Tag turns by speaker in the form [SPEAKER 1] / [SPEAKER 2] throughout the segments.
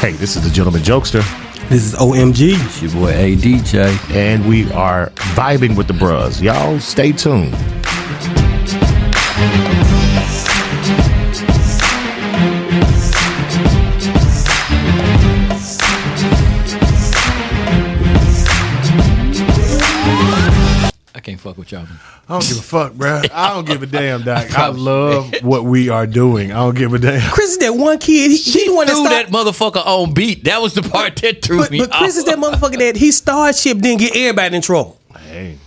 [SPEAKER 1] Hey, this is the Gentleman Jokester,
[SPEAKER 2] This is OMG.
[SPEAKER 3] It's your boy ADJ.
[SPEAKER 1] and we are vibing with the bros. Y'all stay tuned.
[SPEAKER 3] I can't fuck with y'all. man.
[SPEAKER 4] I don't give a fuck, bro. I don't give a damn, Doc. I love what we are doing. I don't give a damn.
[SPEAKER 2] Chris is that one kid. He, he the one that
[SPEAKER 3] Threw that
[SPEAKER 2] started.
[SPEAKER 3] motherfucker on beat. That was the part that threw
[SPEAKER 2] But,
[SPEAKER 3] me
[SPEAKER 2] but Chris
[SPEAKER 3] off.
[SPEAKER 2] is that motherfucker that he started ship didn't get everybody in trouble.
[SPEAKER 1] Hey,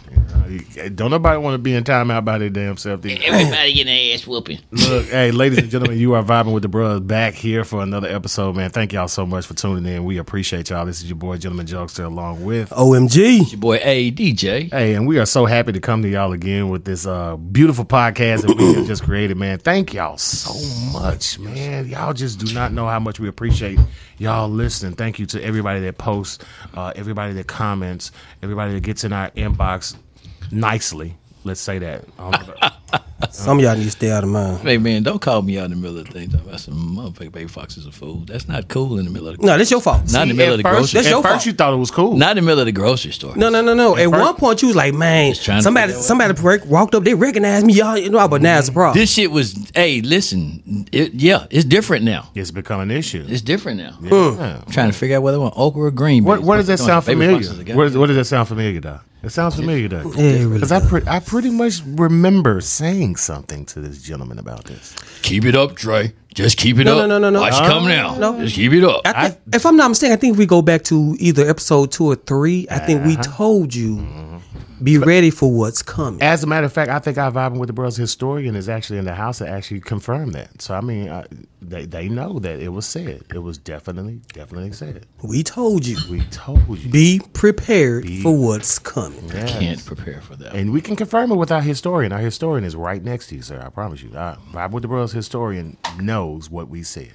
[SPEAKER 4] Don't nobody want to be in timeout by their damn self. dude.
[SPEAKER 5] Everybody getting their ass whooping.
[SPEAKER 4] Look, hey, ladies and gentlemen, you are vibing with the bros back here for another episode, man. Thank y'all so much for tuning in. We appreciate y'all. This is your boy, Gentleman Jokester, along with.
[SPEAKER 2] OMG.
[SPEAKER 3] your boy ADJ.
[SPEAKER 4] Hey, and we are so happy to come to y'all again with this uh, beautiful podcast that we have just created, man. Thank y'all so much, man. Y'all just do not know how much we appreciate y'all listening. Thank you to everybody that posts, uh, everybody that comments, everybody that gets in our inbox nicely. Let's say that. Um, I don't know about-
[SPEAKER 2] Some of y'all need to stay out of mine.
[SPEAKER 3] Hey man, don't call me out in the middle of things. Talking about some motherfucker baby fox is a fool. That's not cool in the middle of the
[SPEAKER 2] No, that's your fault.
[SPEAKER 3] not in the middle of the
[SPEAKER 4] at first,
[SPEAKER 3] grocery
[SPEAKER 2] That's
[SPEAKER 4] at
[SPEAKER 2] your
[SPEAKER 4] first
[SPEAKER 2] fault.
[SPEAKER 4] you thought it was cool.
[SPEAKER 3] not in the middle of the grocery store.
[SPEAKER 2] No, no, no, no. At
[SPEAKER 4] first-
[SPEAKER 2] one point, you was like, man,
[SPEAKER 3] trying to Mm-hmm.
[SPEAKER 2] somebody,
[SPEAKER 3] figure out
[SPEAKER 2] somebody break, walked up, they recognized me, y'all, you know, but now it's a problem.
[SPEAKER 3] This shit was hey, listen, it, yeah, it's different now.
[SPEAKER 4] it's become an issue.
[SPEAKER 3] It's different now.
[SPEAKER 4] Yeah.
[SPEAKER 3] I'm trying to figure out whether I want okra or green.
[SPEAKER 4] What,
[SPEAKER 3] beans.
[SPEAKER 4] what does that
[SPEAKER 3] What's
[SPEAKER 4] sound
[SPEAKER 3] going on?
[SPEAKER 4] familiar?
[SPEAKER 3] Baby Fox is a guy.
[SPEAKER 4] What, is- what does that sound familiar, Doc? It sounds familiar, Doc.
[SPEAKER 2] it really
[SPEAKER 4] Because I, pre- I pretty much remember saying something to this gentleman about this.
[SPEAKER 3] Keep it up, Dre. Just keep it
[SPEAKER 2] No,
[SPEAKER 3] up.
[SPEAKER 2] no, no, no, no.
[SPEAKER 3] Watch
[SPEAKER 2] Uh,
[SPEAKER 3] come now.
[SPEAKER 2] no.
[SPEAKER 3] Just keep it up.
[SPEAKER 2] I think, if I'm not mistaken, I think if we go back to either episode two or three, I think we
[SPEAKER 3] Uh-huh.
[SPEAKER 2] told you
[SPEAKER 3] Mm-hmm.
[SPEAKER 2] be ready for what's coming.
[SPEAKER 4] As a matter of fact, I think our vibing with the bros historian is actually in the house that actually confirmed that. So I mean, I, they they know that it was said. It was definitely definitely said.
[SPEAKER 2] We told you
[SPEAKER 4] We told you,
[SPEAKER 2] be prepared for what's coming.
[SPEAKER 3] I can't prepare for that.
[SPEAKER 4] and we can confirm it with our historian. Our historian is right next to you, sir. I promise you. Our vibe with the bros historian knows what we said.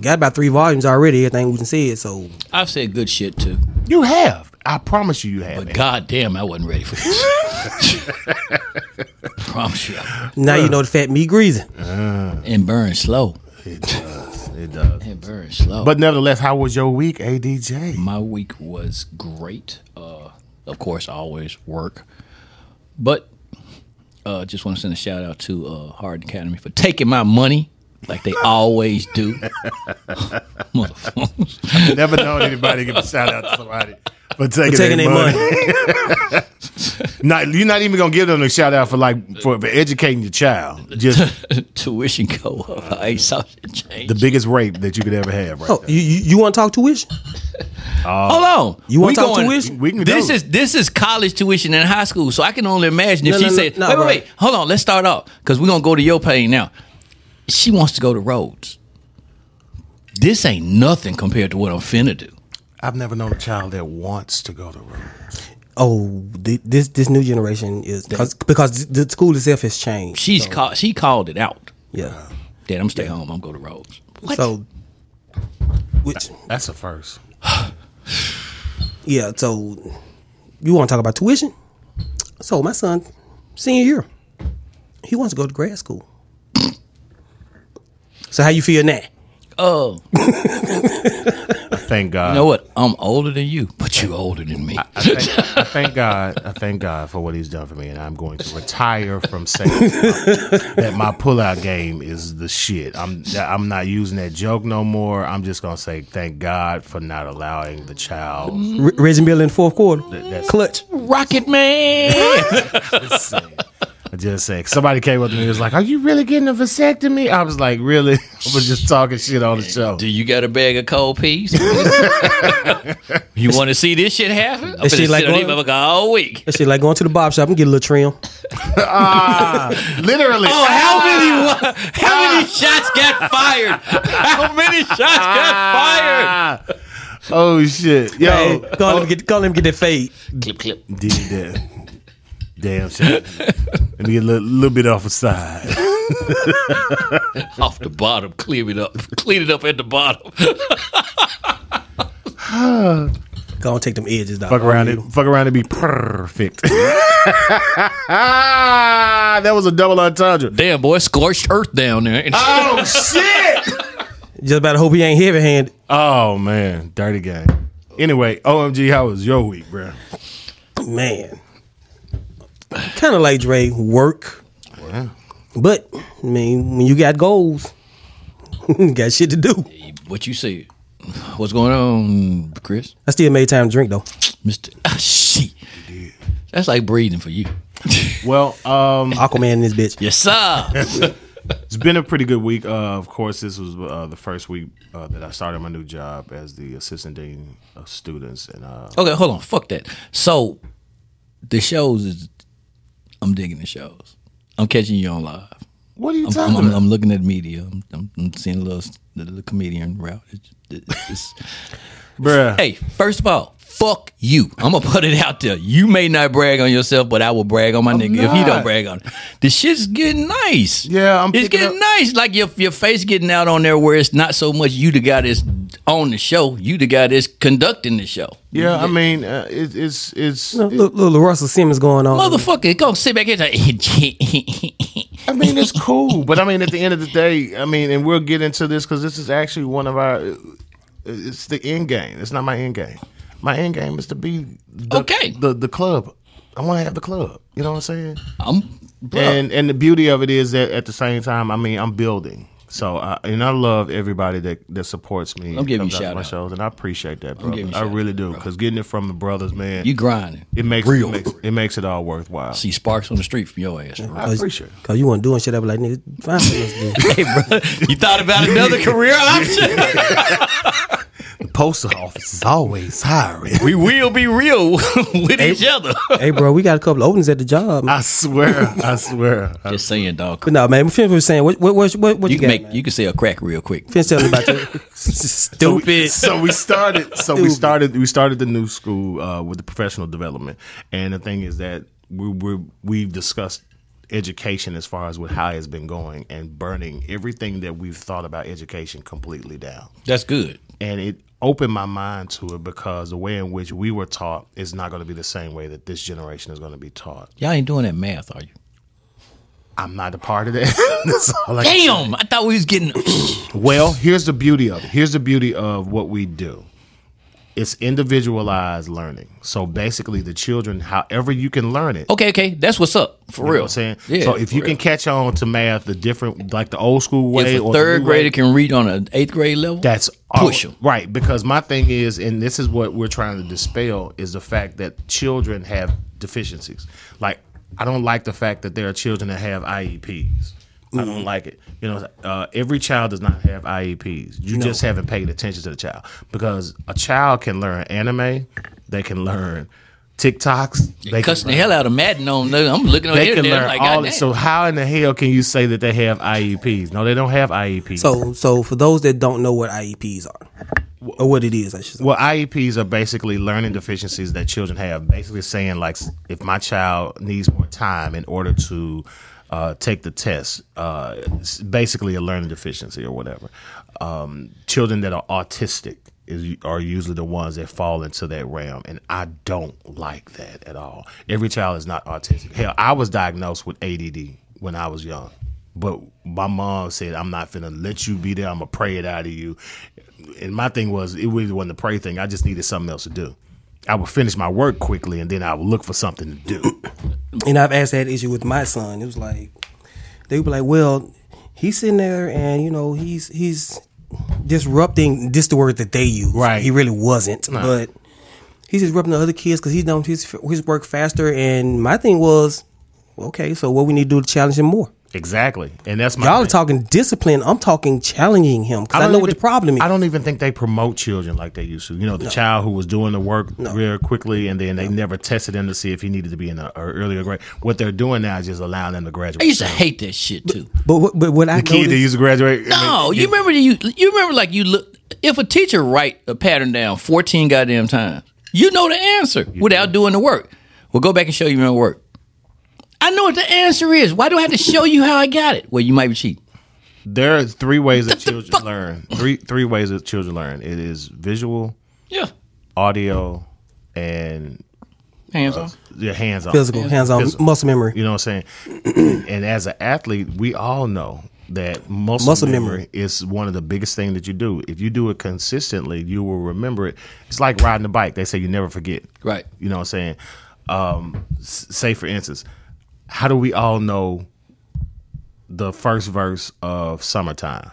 [SPEAKER 2] Got about three volumes already. Everything we can say it. So
[SPEAKER 3] I've said good shit too.
[SPEAKER 4] You have. I promise you, you have.
[SPEAKER 3] But
[SPEAKER 4] man.
[SPEAKER 3] goddamn, I wasn't ready for this. Promise you.
[SPEAKER 2] now you know the fat meat greasing.
[SPEAKER 3] And burn slow.
[SPEAKER 4] It does. It does.
[SPEAKER 3] And burn slow.
[SPEAKER 4] uh, But nevertheless, how was your week, ADJ?
[SPEAKER 3] my week was great. Uh, of course, I always work. But uh, just want to send a shout out to uh, Hard Academy for taking my money like they always do. Motherfuckers.
[SPEAKER 4] Never known anybody give a shout out to somebody for taking,
[SPEAKER 2] Taking their money.
[SPEAKER 4] Not, you're not even gonna give them a shout out for like for, for educating your child. Just
[SPEAKER 3] Tuition go up. I ain't sausage change.
[SPEAKER 4] the biggest rape that you could ever have, right?
[SPEAKER 2] Oh, you, you, you want to talk tuition?
[SPEAKER 3] Hold on.
[SPEAKER 2] Oh. You wanna
[SPEAKER 3] We
[SPEAKER 2] talk
[SPEAKER 3] going-
[SPEAKER 2] tuition?
[SPEAKER 4] We can
[SPEAKER 3] this
[SPEAKER 4] go.
[SPEAKER 3] is this is college tuition in high school, so I can only imagine if
[SPEAKER 2] No,
[SPEAKER 3] she
[SPEAKER 2] no, no,
[SPEAKER 3] said,
[SPEAKER 2] no,
[SPEAKER 3] "Wait, wait,
[SPEAKER 2] bro.
[SPEAKER 3] wait, hold on, let's start off because we're gonna go to your pain now." She wants to go to Rhodes. This ain't nothing compared to what I'm finna do.
[SPEAKER 4] I've never known a child that wants to go to room.
[SPEAKER 2] Oh, th- this this new generation is cause, because the school itself has changed.
[SPEAKER 3] She's called. She called it out.
[SPEAKER 2] Yeah.
[SPEAKER 3] Dad, I'm stay home. I'm go to Rhodes. What?
[SPEAKER 2] So, which
[SPEAKER 4] That's a first.
[SPEAKER 2] yeah, so you want to talk about tuition? So my son, senior year, he wants to go to grad school. So how you feel now?
[SPEAKER 3] oh, you
[SPEAKER 4] Thank God.
[SPEAKER 3] know what? I'm older than you, but you older than me.
[SPEAKER 4] Thank- I thank God. I thank God for what He's done for me, and I'm going to retire from saying that my pullout game is the shit. I'm I'm not using that joke no more. I'm just gonna say thank God for not allowing the child.
[SPEAKER 2] Re- Reggie Miller in the fourth quarter, clutch.
[SPEAKER 3] Rocket Man.
[SPEAKER 4] I just say somebody came up to me and was like, "Are you really getting a vasectomy?" I was like, "Really?" I was just talking shit on the show.
[SPEAKER 3] do you got a bag of cold peas? you want to see this shit happen? I've
[SPEAKER 2] Is she
[SPEAKER 3] been
[SPEAKER 2] like
[SPEAKER 3] like
[SPEAKER 2] going-
[SPEAKER 3] all week.
[SPEAKER 2] That shit like going to the barber shop and get a little trim.
[SPEAKER 4] Literally,
[SPEAKER 3] Oh, how many wa- how many shots got fired? How many shots got fired?
[SPEAKER 4] Ah. Oh shit, yo,
[SPEAKER 2] Hey, go let him get go let him get that fade.
[SPEAKER 5] Clip, clip.
[SPEAKER 4] did that. Damn shit. Let me get a little, little bit off the side.
[SPEAKER 3] Off the bottom, clean it up, clean it up at the bottom.
[SPEAKER 2] Go and take them edges down.
[SPEAKER 4] Fuck around it. Fuck around and be perfect. that was a double entendre.
[SPEAKER 3] Ah. Damn boy, scorched earth down there.
[SPEAKER 4] Oh shit!
[SPEAKER 2] Just about to hope he ain't heavy handed.
[SPEAKER 4] Oh man, dirty game. Anyway, OMG, how was your week, bro?
[SPEAKER 2] Man. Kind of like Dre, work. But, I mean, when you got goals, you got shit to do.
[SPEAKER 3] What you said. What's going on, Chris?
[SPEAKER 2] I still made time to drink, though.
[SPEAKER 3] Mister. Ah, shit. That's like breathing for you.
[SPEAKER 4] Well, um,
[SPEAKER 2] Aquaman in this bitch.
[SPEAKER 3] yes, sir.
[SPEAKER 4] it's been a pretty good week. Uh, of course, this was uh, the first week uh, that I started my new job as the assistant dean of students, and uh,
[SPEAKER 3] okay, hold on. Fuck that. So, the shows is. I'm digging the shows. I'm catching you on live.
[SPEAKER 4] what are you
[SPEAKER 3] I'm,
[SPEAKER 4] talking
[SPEAKER 3] I'm, I'm,
[SPEAKER 4] about?
[SPEAKER 3] I'm looking at media. I'm, I'm, I'm seeing a little, the little comedian route. It's, it's, it's,
[SPEAKER 4] Bruh.
[SPEAKER 3] hey, first of all, fuck you. I'm gonna put it out there. You may not brag on yourself, but I will brag on my nigga if he
[SPEAKER 4] not.
[SPEAKER 3] don't brag on. it. The shit's getting nice.
[SPEAKER 4] Yeah, I'm
[SPEAKER 3] It's
[SPEAKER 4] picking
[SPEAKER 3] getting nice. Like your your face getting out on there where it's not so much you the guy that's on the show. You the guy that's conducting the show.
[SPEAKER 4] Yeah, I mean, uh, it, it's it's.
[SPEAKER 2] Look, little Russell Simmons going on.
[SPEAKER 3] Motherfucker, go sit back here. and say,
[SPEAKER 4] I mean, it's cool, but I mean, at the end of the day, I mean, and we'll get into this because this is actually one of our. uh, It's the end game. It's not my end game. My end game is to be the,
[SPEAKER 3] Okay.
[SPEAKER 4] The the club. I want to have the club. You know what I'm saying?
[SPEAKER 3] I'm bro.
[SPEAKER 4] And and the beauty of it is that at the same time, I mean, I'm building. So I, and I love everybody that that supports me.
[SPEAKER 3] I'm giving
[SPEAKER 4] comes
[SPEAKER 3] you
[SPEAKER 4] out to
[SPEAKER 3] shout
[SPEAKER 4] my
[SPEAKER 3] out.
[SPEAKER 4] shows, and I appreciate that, brother.
[SPEAKER 3] giving you
[SPEAKER 4] I
[SPEAKER 3] shout out,
[SPEAKER 4] really do because getting it from the brothers, man,
[SPEAKER 3] You grinding.
[SPEAKER 4] it makes
[SPEAKER 3] real.
[SPEAKER 4] it makes, it makes it all worthwhile.
[SPEAKER 3] See sparks on the street from your ass. bro.
[SPEAKER 4] I appreciate. it.
[SPEAKER 2] Uh, Cause you weren't doing shit. I be like, nigga, find something else to do.
[SPEAKER 3] hey, bro, you thought about another career option?
[SPEAKER 4] Postal office is always hiring.
[SPEAKER 3] we will be real with each other.
[SPEAKER 2] hey, bro, we got a couple of openings at the job. Man.
[SPEAKER 4] I swear, I swear. I-
[SPEAKER 3] Just saying, dog.
[SPEAKER 2] But no, man, Finn was saying, what, what, what, what, what you,
[SPEAKER 3] You can
[SPEAKER 2] got?
[SPEAKER 3] make
[SPEAKER 2] man?
[SPEAKER 3] you can say a crack real quick.
[SPEAKER 2] Finn tell me about your stupid.
[SPEAKER 4] So we started. So we started. We started the new school uh, with the professional development, and the thing is that we we we've discussed education as far as with how it's been going and burning everything that we've thought about education completely down.
[SPEAKER 3] That's good.
[SPEAKER 4] and it opened my mind to it because the way in which we were taught is not going to be the same way that this generation is going to be taught.
[SPEAKER 3] Y'all ain't doing that math, are you?
[SPEAKER 4] I'm not a part of that. That's all I can say.
[SPEAKER 3] Damn, I thought we was getting.
[SPEAKER 4] Well, here's the beauty of it. Here's the beauty of what we do. It's individualized learning. So basically, the children, however you can learn it,
[SPEAKER 3] okay, okay, that's what's up for
[SPEAKER 4] you know
[SPEAKER 3] real.
[SPEAKER 4] what I'm saying.
[SPEAKER 3] Yeah,
[SPEAKER 4] so if
[SPEAKER 3] for
[SPEAKER 4] you
[SPEAKER 3] real.
[SPEAKER 4] can catch on to math the different, like the old school way,
[SPEAKER 3] if a
[SPEAKER 4] or the new
[SPEAKER 3] third
[SPEAKER 4] way,
[SPEAKER 3] grader can read on an eighth grade level,
[SPEAKER 4] That's
[SPEAKER 3] Push
[SPEAKER 4] all-
[SPEAKER 3] 'em.
[SPEAKER 4] right. Because my thing is, and this is what we're trying to dispel, is the fact that children have deficiencies. Like, I don't like the fact that there are children that have IEPs. I
[SPEAKER 3] Mm-hmm.
[SPEAKER 4] don't like it. You know, uh, every child does not have IEPs. You just haven't paid attention to the child because a child can learn anime, they can learn TikToks, they can
[SPEAKER 3] cussing the hell out of Madden on. I'm looking on
[SPEAKER 4] they
[SPEAKER 3] here.
[SPEAKER 4] can
[SPEAKER 3] there,
[SPEAKER 4] learn
[SPEAKER 3] like,
[SPEAKER 4] all.
[SPEAKER 3] goddamn.
[SPEAKER 4] So how in the hell can you say that they have IEPs? No, they don't have E IEPs.
[SPEAKER 2] So, so for those that don't know what IEPs are, or what it is, I should say.
[SPEAKER 4] Well, IEPs are basically learning deficiencies that children have. Basically, saying like, s- if my child needs more time in order to uh, take the test, uh, it's basically a learning deficiency or whatever. Um, children that are autistic is are usually the ones that fall into that realm, and I don't like that at all. Every child is not autistic. Hell, I was diagnosed with ADD when I was young. But my mom said, I'm not finna let you be there. I'm gonna pray it out of you. And my thing was, it really wasn't a pray thing. I just needed something else to do. I would finish my work quickly and then I would look for something to do.
[SPEAKER 2] And I've asked that issue with my son. It was like they would be like, "Well, he's sitting there, and you know, he's he's disrupting." This the word that they use,
[SPEAKER 4] Right.
[SPEAKER 2] He really wasn't, but he's disrupting the other kids because he's done his his work faster. And my thing was, okay, so what we need to do to challenge him more.
[SPEAKER 4] exactly. And that's my
[SPEAKER 2] Y'all are
[SPEAKER 4] thing.
[SPEAKER 2] talking discipline. I'm talking challenging him because I, know
[SPEAKER 4] don't
[SPEAKER 2] what the
[SPEAKER 4] even-
[SPEAKER 2] problem is.
[SPEAKER 4] I don't even think they promote children like they used to. You know, the child who was doing the work real quickly and then they never tested him to see if he needed to be in an earlier grade. What they're doing now is just allowing them to graduate.
[SPEAKER 3] I used to hate that shit too.
[SPEAKER 2] but what- but what I
[SPEAKER 4] the kid that
[SPEAKER 2] noticed-
[SPEAKER 4] used to graduate.
[SPEAKER 3] No, you remember you you remember like you look if a teacher write a pattern down fourteen goddamn times, you know the answer without doing the work. Well, go back and show you your own work. I know what the answer is. Why do I have to show you how I got it? Well, you might be cheating.
[SPEAKER 4] There are three ways that
[SPEAKER 3] the
[SPEAKER 4] children
[SPEAKER 3] fuck?
[SPEAKER 4] learn. Three three ways that children learn. It is visual,
[SPEAKER 3] Yeah,
[SPEAKER 4] audio, and
[SPEAKER 3] hands on.
[SPEAKER 4] your hands on
[SPEAKER 2] physical, hands on,
[SPEAKER 4] Physical.
[SPEAKER 2] muscle memory.
[SPEAKER 4] You know what I'm saying? and as an athlete, we all know that muscle,
[SPEAKER 2] Muscle
[SPEAKER 4] memory,
[SPEAKER 2] memory.
[SPEAKER 4] is one of the biggest things that you do. If you do it consistently, you will remember it. It's like riding a bike. They say you never forget.
[SPEAKER 3] Right.
[SPEAKER 4] You know what I'm saying? Um, s- say, for instance, how do we all know the first verse of Summertime?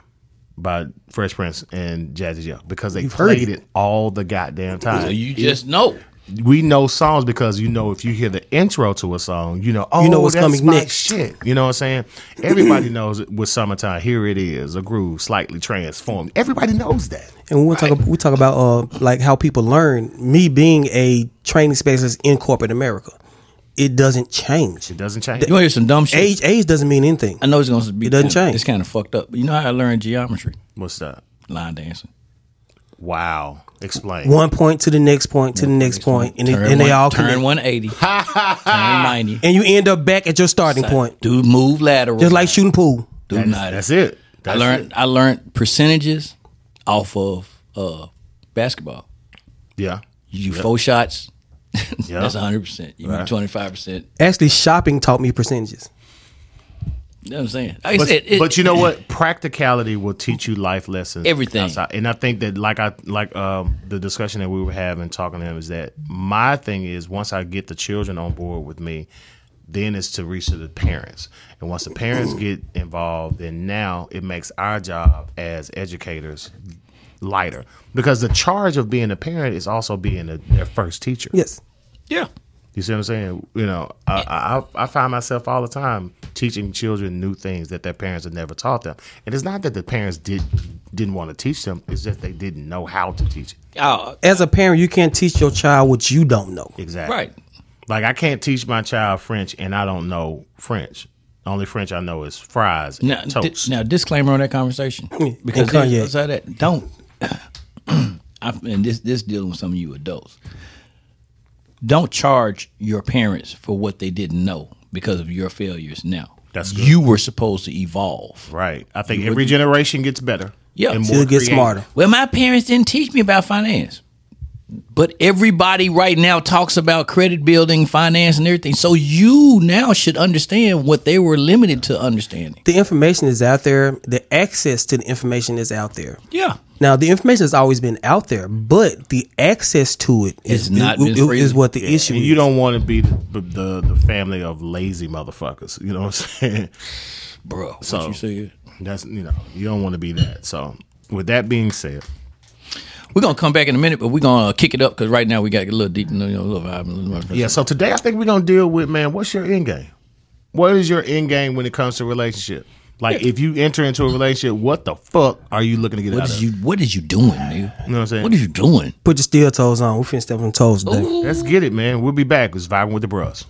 [SPEAKER 4] By Fresh Prince and Jazzy Jeff because they
[SPEAKER 2] heard
[SPEAKER 4] played
[SPEAKER 2] it.
[SPEAKER 4] it all the goddamn time.
[SPEAKER 3] So you just know.
[SPEAKER 4] we know songs because you know if you hear the intro to a song, you know oh
[SPEAKER 2] know what's
[SPEAKER 4] that's
[SPEAKER 2] coming
[SPEAKER 4] my
[SPEAKER 2] next.
[SPEAKER 4] Shit, you know what I'm saying? Everybody knows it with summertime. Here it is, a groove slightly transformed. Everybody knows that.
[SPEAKER 2] And we talk we talk about uh like how people learn. Me being a training specialist in corporate America, it doesn't change.
[SPEAKER 4] It doesn't change.
[SPEAKER 3] You want to hear some dumb shit?
[SPEAKER 2] Age age doesn't mean anything.
[SPEAKER 3] I know it's going to be.
[SPEAKER 2] It doesn't
[SPEAKER 3] kinda-
[SPEAKER 2] change.
[SPEAKER 3] It's kind of fucked up. But you know how I learned geometry?
[SPEAKER 4] What's that?
[SPEAKER 3] Line dancing.
[SPEAKER 4] Wow. Explain.
[SPEAKER 2] One point to the next point to the next point, and, it,
[SPEAKER 3] Turn
[SPEAKER 2] and they
[SPEAKER 3] one-
[SPEAKER 2] all
[SPEAKER 3] turn
[SPEAKER 2] connect.
[SPEAKER 3] 180. turn 90.
[SPEAKER 2] And you end up back at your starting point,
[SPEAKER 3] Dude, move lateral.
[SPEAKER 2] just like shooting pool.
[SPEAKER 3] Do
[SPEAKER 4] That is-
[SPEAKER 3] not.
[SPEAKER 4] that's it.
[SPEAKER 3] I
[SPEAKER 4] That's
[SPEAKER 3] learned. I learned percentages off of uh, basketball.
[SPEAKER 4] it. Yeah.
[SPEAKER 3] You do four shots.
[SPEAKER 4] Yeah.
[SPEAKER 3] That's hundred percent. You do twenty five percent.
[SPEAKER 2] Actually, shopping taught me percentages.
[SPEAKER 3] You know what I'm saying? Like I
[SPEAKER 4] But,
[SPEAKER 3] said, it-
[SPEAKER 4] but you know what? Practicality will teach you life lessons.
[SPEAKER 3] Everything.
[SPEAKER 4] outside. And I think that like I like um, the discussion that we were having talking to him is that my thing is once I get the children on board with me, then it's to reach to the parents. And once the parents get involved, then now it makes our job as educators lighter. Because the charge of being a parent is also being a, their first teacher.
[SPEAKER 2] Yes,
[SPEAKER 3] Yeah.
[SPEAKER 4] You see what I'm saying? You know, I, I I find myself all the time teaching children new things that their parents had never taught them, and it's not that the parents did didn't want to teach them; it's just they didn't know how to teach it.
[SPEAKER 3] Oh,
[SPEAKER 2] as a parent, you can't teach your child what you don't know.
[SPEAKER 4] Exactly.
[SPEAKER 3] right.
[SPEAKER 4] Like I can't teach my child French, and I don't know French. The only French I know is fries and
[SPEAKER 3] Now, di-
[SPEAKER 4] toast.
[SPEAKER 3] now disclaimer on that conversation because
[SPEAKER 2] And Kanye.
[SPEAKER 3] then outside that, don't. I, and this this dealing with some of you adults. Don't charge your parents for what they didn't know because of your failures. Now,
[SPEAKER 4] That's good.
[SPEAKER 3] you were supposed to evolve.
[SPEAKER 4] right. I think every generation gets better.
[SPEAKER 3] Yeah.
[SPEAKER 4] and
[SPEAKER 3] Till
[SPEAKER 4] more
[SPEAKER 2] You'll get
[SPEAKER 4] creative.
[SPEAKER 2] smarter.
[SPEAKER 3] Well, my parents didn't teach me about finance. But everybody right now talks about credit building, finance, and everything. So you now should understand what they were limited to understanding.
[SPEAKER 2] The information is out there. The access to the information is out there.
[SPEAKER 3] Yeah.
[SPEAKER 2] Now the information has always been out there, but the access to it is
[SPEAKER 3] It's not been
[SPEAKER 2] is-
[SPEAKER 3] free.
[SPEAKER 2] is what the issue
[SPEAKER 4] And
[SPEAKER 2] is.
[SPEAKER 4] you don't want to be the, the the family of lazy motherfuckers. You know what I'm saying?
[SPEAKER 3] Bro, what
[SPEAKER 4] So-
[SPEAKER 3] you said.
[SPEAKER 4] That's you know you don't want to be that. So with that being said,
[SPEAKER 3] We're going to come back in a minute, but we're going to kick it up because right now we got a little deep, you know, a little vibe. A little
[SPEAKER 4] yeah. So today I think we're gonna deal with man. What's your end game? What is your end game when it comes to relationship? Like if you enter into a relationship, what the fuck are you looking to get
[SPEAKER 3] What
[SPEAKER 4] out
[SPEAKER 3] is
[SPEAKER 4] of?
[SPEAKER 3] you, what is you doing, nigga?
[SPEAKER 4] You know what I'm saying?
[SPEAKER 3] What is you doing?
[SPEAKER 2] Put your steel toes on. We finna step on toes today.
[SPEAKER 4] Let's get it, man. We'll be back. It's vibing with the bros.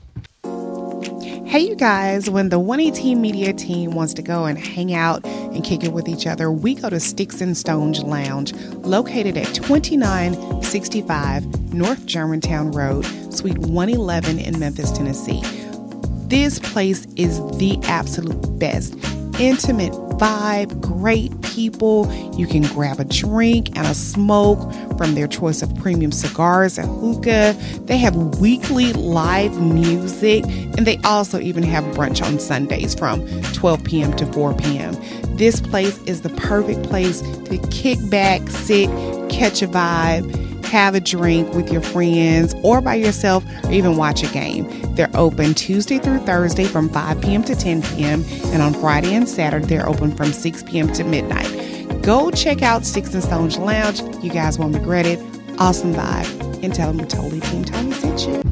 [SPEAKER 5] Hey, you guys, when the 118 Media team wants to go and hang out and kick it with each other, we go to Sticks and Stones Lounge, located at 2965 North Germantown Road, Suite 111 in Memphis, Tennessee. This place is the absolute best. Intimate vibe, great people. You can grab a drink and a smoke from their choice of premium cigars and hookah. They have weekly live music, and they also even have brunch on Sundays from 12 p.m. to 4 p.m. This place is the perfect place to kick back, sit, catch a vibe have a drink with your friends or by yourself, or even watch a game. They're open Tuesday through Thursday from 5 p.m. to 10 p.m., and on Friday and Saturday, they're open from 6 p.m. to midnight. Go check out Six and Stones Lounge. You guys won't regret it. Awesome vibe. And tell them Totally Team Tommy sent you.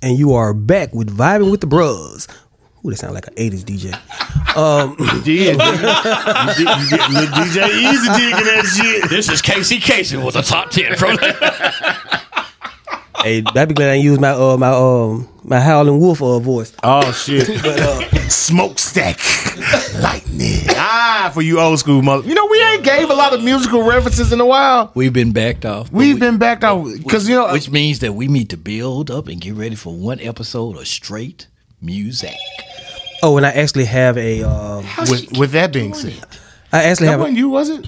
[SPEAKER 2] And you are back with vibing with the bros. Ooh, that sound like an '80s DJ.
[SPEAKER 4] You did. you did, you did little DJ Easy digging that shit.
[SPEAKER 3] This is Casey Casey with the top 10 from
[SPEAKER 2] hey, I'd be glad I didn't use my uh my um my howling wolf uh, voice.
[SPEAKER 4] Oh shit.
[SPEAKER 3] uh,
[SPEAKER 4] Smokestack lightning. Ah, for you old school mother. You know we ain't gave a lot of musical references in a while.
[SPEAKER 3] We've been backed off. but
[SPEAKER 4] We've
[SPEAKER 3] we-
[SPEAKER 4] been backed out because you know
[SPEAKER 3] which means that we need to build up and get ready for one episode of straight music.
[SPEAKER 2] Oh, and I actually have a um
[SPEAKER 4] with, with that being said,
[SPEAKER 2] I actually
[SPEAKER 4] that
[SPEAKER 2] have a,
[SPEAKER 4] wasn't you, was it?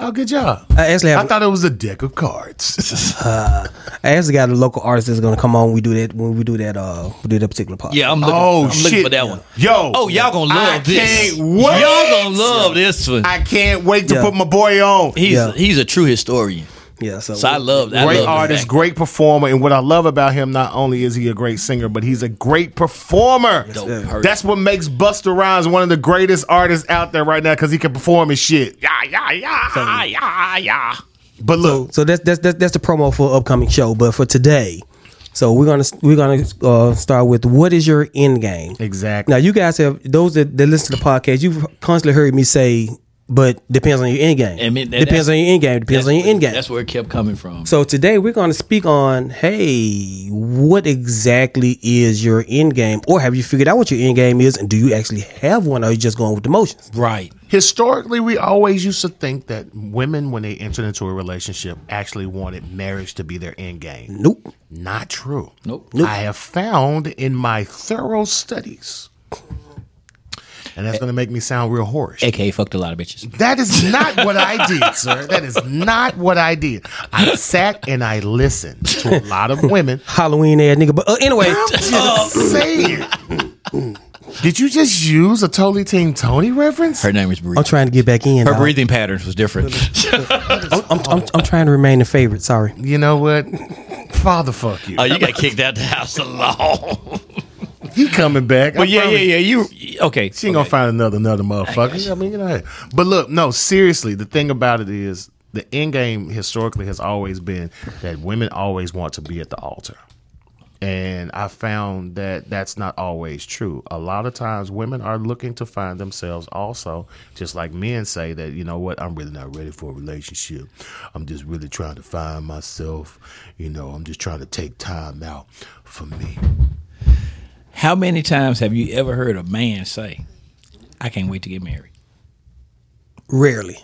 [SPEAKER 4] Oh, good job.
[SPEAKER 2] I actually have-
[SPEAKER 4] I thought it was a deck of cards.
[SPEAKER 2] I actually got a local artist that's gonna come on. We do that when we do that. Uh, we do that particular part.
[SPEAKER 3] Yeah, I'm looking,
[SPEAKER 4] oh
[SPEAKER 3] I'm
[SPEAKER 4] shit!
[SPEAKER 3] looking for that one.
[SPEAKER 4] Yo.
[SPEAKER 3] Oh, y'all gonna love
[SPEAKER 4] I
[SPEAKER 3] this.
[SPEAKER 4] Can't wait.
[SPEAKER 3] Y'all gonna love this one.
[SPEAKER 4] I can't wait to
[SPEAKER 2] Yeah.
[SPEAKER 4] put my boy on.
[SPEAKER 3] he's
[SPEAKER 2] Yeah.
[SPEAKER 3] he's a true historian.
[SPEAKER 2] yeah. So,
[SPEAKER 3] So I love that.
[SPEAKER 4] great artist, great performer, and what I love about him, not only is he a great singer, but he's a great performer.
[SPEAKER 3] sir.
[SPEAKER 4] That's what makes Buster Rhymes one of the greatest artists out there right now because he can perform his shit. Yeah, yeah, yeah, yeah, yeah. But look,
[SPEAKER 2] so that's, that's that's that's the promo for upcoming show. But for today, so we're gonna we're gonna uh, start with what is your end game?
[SPEAKER 4] exactly.
[SPEAKER 2] Now you guys have those that, that listen to the podcast. You've constantly heard me say, but depends on your end game.
[SPEAKER 3] I mean, that-
[SPEAKER 2] depends on your end game. Depends on your end game.
[SPEAKER 3] That's where it kept coming from.
[SPEAKER 2] So today we're going to speak on hey, what exactly is your end game, or have you figured out what your end game is, and do you actually have one, or are you just going with the motions?
[SPEAKER 3] right.
[SPEAKER 4] Historically, we always used to think that women, when they entered into a relationship, actually wanted marriage to be their end game.
[SPEAKER 2] Nope.
[SPEAKER 4] Not true.
[SPEAKER 3] Nope.
[SPEAKER 4] I have found in my thorough studies, and
[SPEAKER 3] Eh.
[SPEAKER 4] that's going to make me sound real whorish.
[SPEAKER 3] AKA fucked a lot of bitches.
[SPEAKER 4] That is not what I did, sir. That is not what I did. I sat and I listened to a lot of women.
[SPEAKER 2] Halloween ass nigga. But uh, anyway,
[SPEAKER 4] I'm
[SPEAKER 3] Oh.
[SPEAKER 4] just saying. Did you just use a Totally Team Tony reference?
[SPEAKER 3] Her name is Bree.
[SPEAKER 2] I'm trying to get back in.
[SPEAKER 3] Her
[SPEAKER 2] dog.
[SPEAKER 3] breathing patterns was different.
[SPEAKER 2] I'm, I'm, I'm, I'm trying to remain the favorite. Sorry.
[SPEAKER 4] You know what? Father, fuck you.
[SPEAKER 3] oh, you got kicked out the house alone.
[SPEAKER 4] he coming back. I
[SPEAKER 3] but yeah,
[SPEAKER 4] promise.
[SPEAKER 3] yeah, yeah. You okay?
[SPEAKER 4] She ain't gonna find another another motherfucker. I, mean, you know. hey. But look, no, seriously, the thing about it is the end game historically has always been that women always want to be at the altar. And I found that that's not always true. A lot of times women are looking to find themselves also, just like men say that, you know what, I'm really not ready for a relationship. I'm just really trying to find myself. You know, I'm just trying to take time out for me.
[SPEAKER 3] How many times have you ever heard a man say, "I can't wait to get married"?
[SPEAKER 2] Rarely.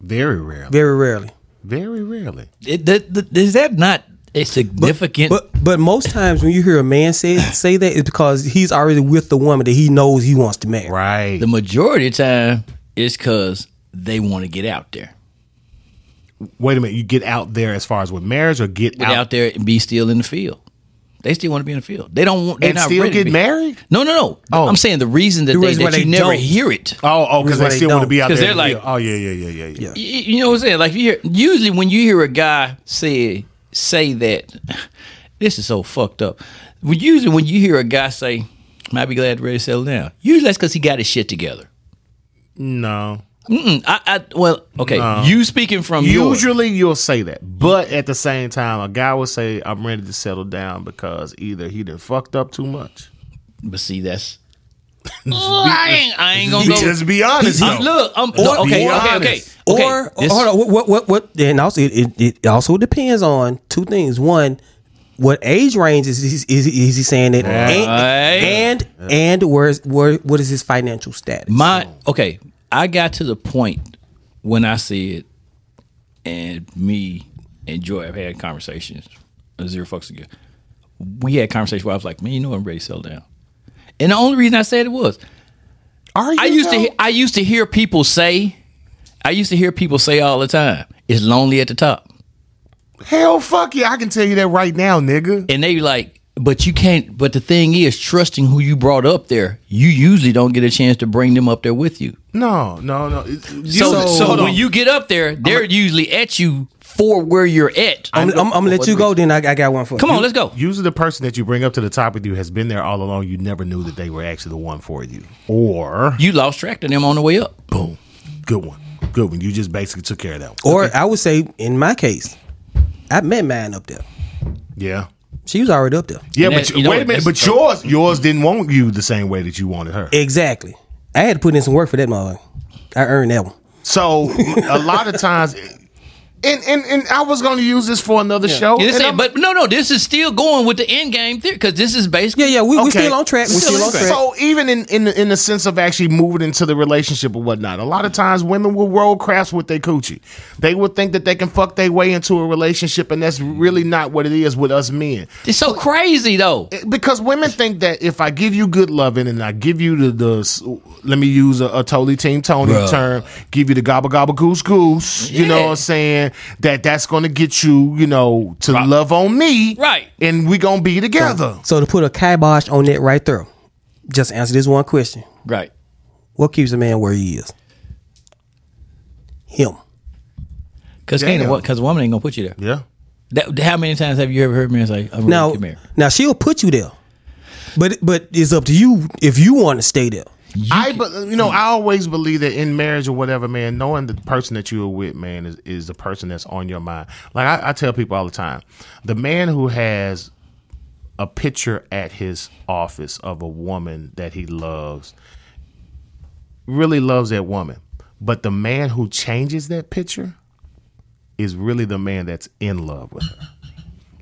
[SPEAKER 4] Very rarely.
[SPEAKER 2] Very rarely.
[SPEAKER 4] Very rarely.
[SPEAKER 3] It- th- th- is that not a significant?
[SPEAKER 2] But but most times when you hear a man say say that, it's because he's already with the woman that he knows he wants to marry.
[SPEAKER 4] Right.
[SPEAKER 3] the majority of the time is because they want to get out there,
[SPEAKER 4] Wait a minute. You get out there as far as with marriage, or get,
[SPEAKER 3] get out.
[SPEAKER 4] out,
[SPEAKER 3] there and be still in the field. They still want to be in the field. They don't want. They're
[SPEAKER 4] and
[SPEAKER 3] not
[SPEAKER 4] still
[SPEAKER 3] ready
[SPEAKER 4] get
[SPEAKER 3] to be-
[SPEAKER 4] married.
[SPEAKER 3] No, no, no.
[SPEAKER 4] Oh.
[SPEAKER 3] I'm saying the reason that, they,
[SPEAKER 2] reason why
[SPEAKER 3] that you
[SPEAKER 2] they
[SPEAKER 3] never
[SPEAKER 2] don't.
[SPEAKER 3] hear it.
[SPEAKER 4] Oh, oh, because
[SPEAKER 2] Reason why
[SPEAKER 4] they
[SPEAKER 2] they
[SPEAKER 4] still want to
[SPEAKER 2] don't.
[SPEAKER 4] be out there.
[SPEAKER 3] 'Cause they're
[SPEAKER 4] Yeah.
[SPEAKER 3] like-
[SPEAKER 4] oh yeah, yeah, yeah, yeah, yeah.
[SPEAKER 3] Y- You know what I'm saying? Like if you hear, usually when you hear a guy say say that, this is so fucked up. When usually when you hear a guy say, "Might be glad to ready to settle down," usually that's because he got his shit together.
[SPEAKER 4] No.
[SPEAKER 3] Mm-mm, I, I well, okay. You speaking from your
[SPEAKER 4] Usually you'll say that, but at the same time, a guy will say, "I'm ready to settle down" because either he done fucked up too much.
[SPEAKER 3] but see that's. Oh, I ain't, I ain't gonna
[SPEAKER 4] He
[SPEAKER 3] go.
[SPEAKER 4] just be honest.
[SPEAKER 3] I'm-
[SPEAKER 4] though.
[SPEAKER 3] look, I'm,
[SPEAKER 4] Just
[SPEAKER 3] okay,
[SPEAKER 4] be
[SPEAKER 3] okay, okay, okay,
[SPEAKER 4] honest.
[SPEAKER 2] Or,
[SPEAKER 3] this-
[SPEAKER 2] hold on, what, what, what, what? And also, it, it, it also depends on two things. One, what age range is is, is, is he saying it, and and, and where's where what is his financial status?
[SPEAKER 3] My okay, I got to the point when I said, and me and Joy have had conversations. uh, Zero fucks again. We had conversations where I was like, "Man, you know I'm ready to settle down," and the only reason I said it was
[SPEAKER 4] Are you
[SPEAKER 3] I used to
[SPEAKER 4] though?
[SPEAKER 3] he- I used to hear people say, I used to hear people say all the time, "It's lonely at the top,"
[SPEAKER 4] hell fuck you. I can tell you that right now, nigga.
[SPEAKER 3] and they be like, "But you can't." But the thing is, trusting who you brought up there, you usually don't get a chance to bring them up there with you.
[SPEAKER 4] No, no, no. It- you-
[SPEAKER 3] So, so,
[SPEAKER 4] hold on.
[SPEAKER 3] when you get up there, they're usually at you for where you're at.
[SPEAKER 2] I'm, I'm, I'm gonna let you go. Then I, I got one for
[SPEAKER 3] Come
[SPEAKER 2] you.
[SPEAKER 3] on, let's go.
[SPEAKER 4] usually the person that you bring up to the top with you has been there all along. You never knew that they were actually the one for you, or
[SPEAKER 3] You lost track of them on the way up.
[SPEAKER 4] Boom. Good one. Good one. You just basically took care of that one.
[SPEAKER 2] Or I would say, in my case, I met mine up there.
[SPEAKER 4] Yeah.
[SPEAKER 2] She was already up there.
[SPEAKER 4] Yeah,
[SPEAKER 3] And
[SPEAKER 4] but
[SPEAKER 3] that-
[SPEAKER 4] you-
[SPEAKER 3] you know
[SPEAKER 4] wait a
[SPEAKER 3] what,
[SPEAKER 4] minute.
[SPEAKER 3] that's-
[SPEAKER 4] But yours, yours didn't want you the same way that you wanted her.
[SPEAKER 2] Exactly. I had to put in some work for that motherfucker. I earned that one.
[SPEAKER 4] So a lot of times, and and, and I was going to use this for another show.
[SPEAKER 3] Yeah,
[SPEAKER 4] Oh,
[SPEAKER 3] this
[SPEAKER 4] and
[SPEAKER 3] ain't-
[SPEAKER 4] I'm-
[SPEAKER 3] but no, no, this is still going with the end game theory because this is basically
[SPEAKER 2] Yeah, yeah, we we
[SPEAKER 4] Okay.
[SPEAKER 2] still on track. We still on track.
[SPEAKER 4] So even in in the, in the sense of actually moving into the relationship or whatnot, a lot of times women will roll crafts with their coochie. They will think that they can fuck their way into a relationship, and that's really not what it is with us men.
[SPEAKER 3] It's so crazy though.
[SPEAKER 4] Because women think that if I give you good loving and I give you the, the s- let me use a, a totally team Tony term, give you the gobble gobble goose goose, you know
[SPEAKER 3] Yeah.
[SPEAKER 4] what I'm saying? That that's gonna get you, you know, to love on me,
[SPEAKER 3] Right.
[SPEAKER 4] And we gonna be together.
[SPEAKER 2] So to put a kibosh on that right there, just answer this one question:
[SPEAKER 3] Right.
[SPEAKER 2] What keeps a man where he is? Him.
[SPEAKER 3] Because
[SPEAKER 4] Damn.
[SPEAKER 3] because woman ain't gonna put you there.
[SPEAKER 4] Yeah,
[SPEAKER 3] That, how many times have you ever heard men say, "I'm
[SPEAKER 2] Now,
[SPEAKER 3] really married"?
[SPEAKER 2] now she'll put you there, but but it's up to you if you want to stay there.
[SPEAKER 4] I but you know I always believe that in marriage or whatever, man, knowing the person that you are with, man, is, is the person that's on your mind. Like I, I tell people all the time, the man who has a picture at his office of a woman that he loves really loves that woman. But the man who changes that picture is really the man that's in love with her.